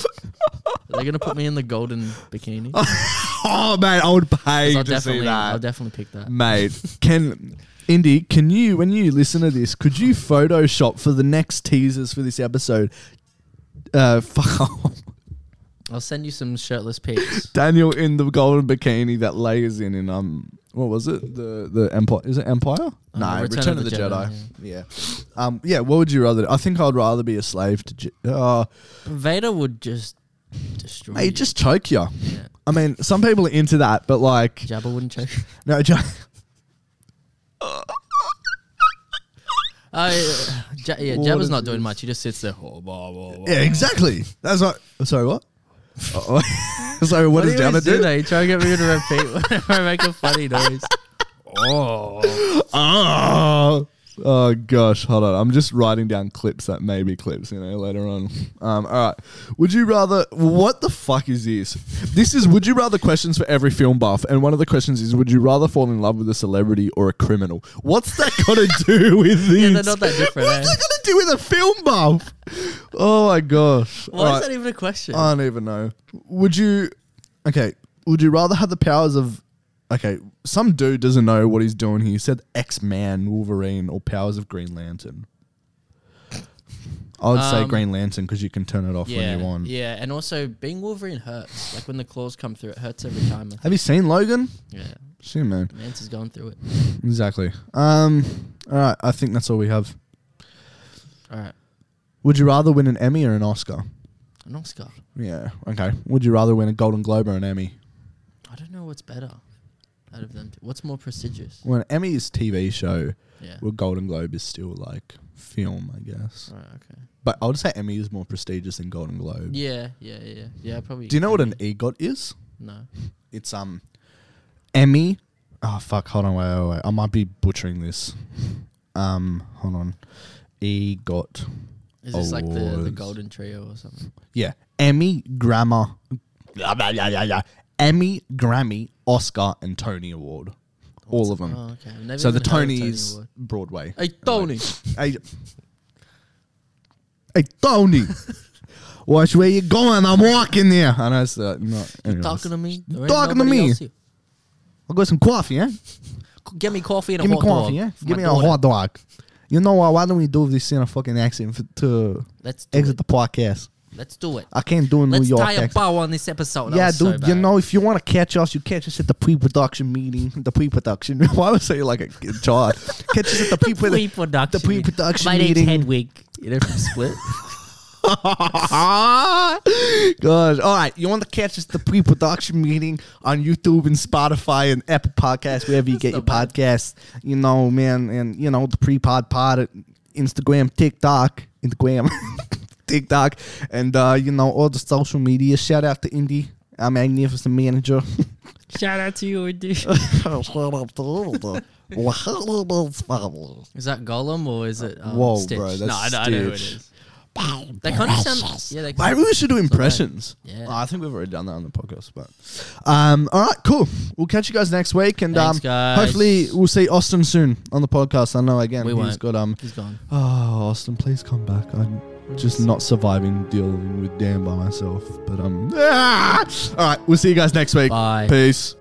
S2: they're gonna put me in the golden bikini.
S1: oh, mate, I would pay
S2: 'Cause I'll
S1: to see
S2: definitely, I'll
S1: that, Mm.
S2: definitely pick that.
S1: mate. Can Indy? Can you, when you listen to this, could you Photoshop for the next teasers for this episode? Uh, fuck off.
S2: I'll send you some shirtless pics.
S1: Daniel in the golden bikini that layers in in um what was it the the empire is it empire
S2: Uh,
S1: no Return, of the, Jedi, Yeah. um yeah what would you rather I think I'd rather be a slave to Je- uh
S2: Vader would just destroy.
S1: hey
S2: you.
S1: just choke you
S2: Yeah.
S1: I mean some people are into that but like
S2: Jabba wouldn't choke.
S1: no jo-
S2: Oh, yeah, Ja- yeah
S1: What
S2: Jabba's
S1: is
S2: not doing
S1: this?
S2: much. He just sits there. "Oh, blah, blah, blah."
S1: yeah exactly that's what sorry what Uh-oh. so what does
S2: do you
S1: Jabba
S2: always
S1: do
S2: that? You try to get me to repeat whenever I make a funny noise.
S1: oh oh gosh hold on I'm just writing down clips that may be clips you know later on um all right would you rather what the fuck is this this is would you rather questions for every film buff and one of the questions is would you rather fall in love with a celebrity or a criminal what's that got to do with this
S2: Yeah, they're not that different. eh?
S1: what's that got to do with a film buff oh my gosh
S2: Why
S1: All
S2: is
S1: right.
S2: that even a question?
S1: I don't even know. Would you? Okay. Would you rather have the powers of? Okay, some dude doesn't know what he's doing. He said X Man, Wolverine, or powers of Green Lantern. I would say
S2: Um,
S1: Green Lantern because you can turn it off
S2: yeah,
S1: when you want.
S2: yeah, and also being Wolverine hurts. Like when the claws come through, it hurts every time. I think.
S1: Have you seen Logan?
S2: Yeah,
S1: Shit, man.
S2: Mance has gone through it.
S1: Exactly. Um. All right. I think that's all we have.
S2: All right.
S1: Would you rather win an Emmy or an Oscar?
S2: An Oscar.
S1: Yeah. Okay. Would you rather win a Golden Globe or an Emmy?
S2: I don't know what's better out of them. Two. What's more prestigious?
S1: Well, an Emmy is TV show.
S2: Yeah.
S1: Well, Golden Globe is still like film, I guess.
S2: All right. Okay.
S1: But I would say Emmy is more prestigious than Golden Globe.
S2: Yeah. Yeah. Yeah. Yeah. I Probably.
S1: Do you know what an
S2: Emmy.
S1: EGOT is?
S2: No.
S1: It's um, Emmy. Oh fuck! Hold on, wait, wait, wait. I might be butchering this. Um, hold on. EGOT.
S2: Is this like the, the
S1: Awards.
S2: golden trio or something?
S1: Yeah. Emmy, Grammar. Blah, blah, blah, blah, blah. Emmy, Grammy, Oscar, and Tony Award. All of them.
S2: Oh, okay. I've never
S1: so the
S2: even heard of Tony
S1: Tony's
S2: Award.
S1: Broadway.
S2: Hey Tony.
S1: Hey, hey Tony. Watch where you going. I'm walking there. I know it's uh, not. anyways.
S2: Talking to me. There ain't
S1: Talking to
S2: nobody
S1: me.
S2: else here.
S1: I'll go some coffee, eh?
S2: C- Get me coffee and
S1: Give
S2: a
S1: me
S2: hot dog.
S1: coffee, yeah?
S2: for
S1: Give me
S2: my
S1: a
S2: daughter.
S1: hot dog. You know what? Why don't we do this in a fucking accent for, to
S2: Let's do
S1: exit
S2: it.
S1: the podcast?
S2: Let's do it.
S1: I can't do a New
S2: Let's
S1: York
S2: tie a
S1: accent.
S2: bow on this episode. That
S1: yeah,
S2: was so
S1: dude. you
S2: bad.
S1: know, if you want to catch us, you catch us at the pre-production meeting. The pre-production. Why would I say like a kid child? catch us at the pre
S2: pre
S1: production
S2: production.
S1: the pre-production
S2: My
S1: meeting.
S2: name's Hedwig. You know from Split.
S1: Gosh. All right. You want to catch us at the pre-production meeting on YouTube and Spotify and Apple Podcasts, wherever you get
S2: not
S1: your
S2: bad.
S1: podcasts. You know, man, and you know the pre-pod pod at Instagram, TikTok, Instagram, TikTok, and uh, you know all the social media. Shout out to Indy, our magnificent manager.
S2: Shout out to you, dude.
S1: Whoa,
S2: Is that Gollum or is it? Um, Stitch?
S1: bro, that's
S2: no, I, don't- I know who it
S1: Stitch.
S2: is. They kind of sound. Yeah, they
S1: Maybe we should do impressions.
S2: Yeah.
S1: Oh, I think we've already done that on the podcast. But um, all right, cool. We'll catch you guys next week, and
S2: Thanks,
S1: um,
S2: guys.
S1: hopefully we'll see Austin soon on the podcast. I know again
S2: We
S1: he's
S2: won't.
S1: got um.
S2: He's gone.
S1: Oh, Austin, please come back. I'm just not surviving dealing with Dan by myself. But um, ah! all right, we'll see you guys next week.
S2: Bye.
S1: Peace.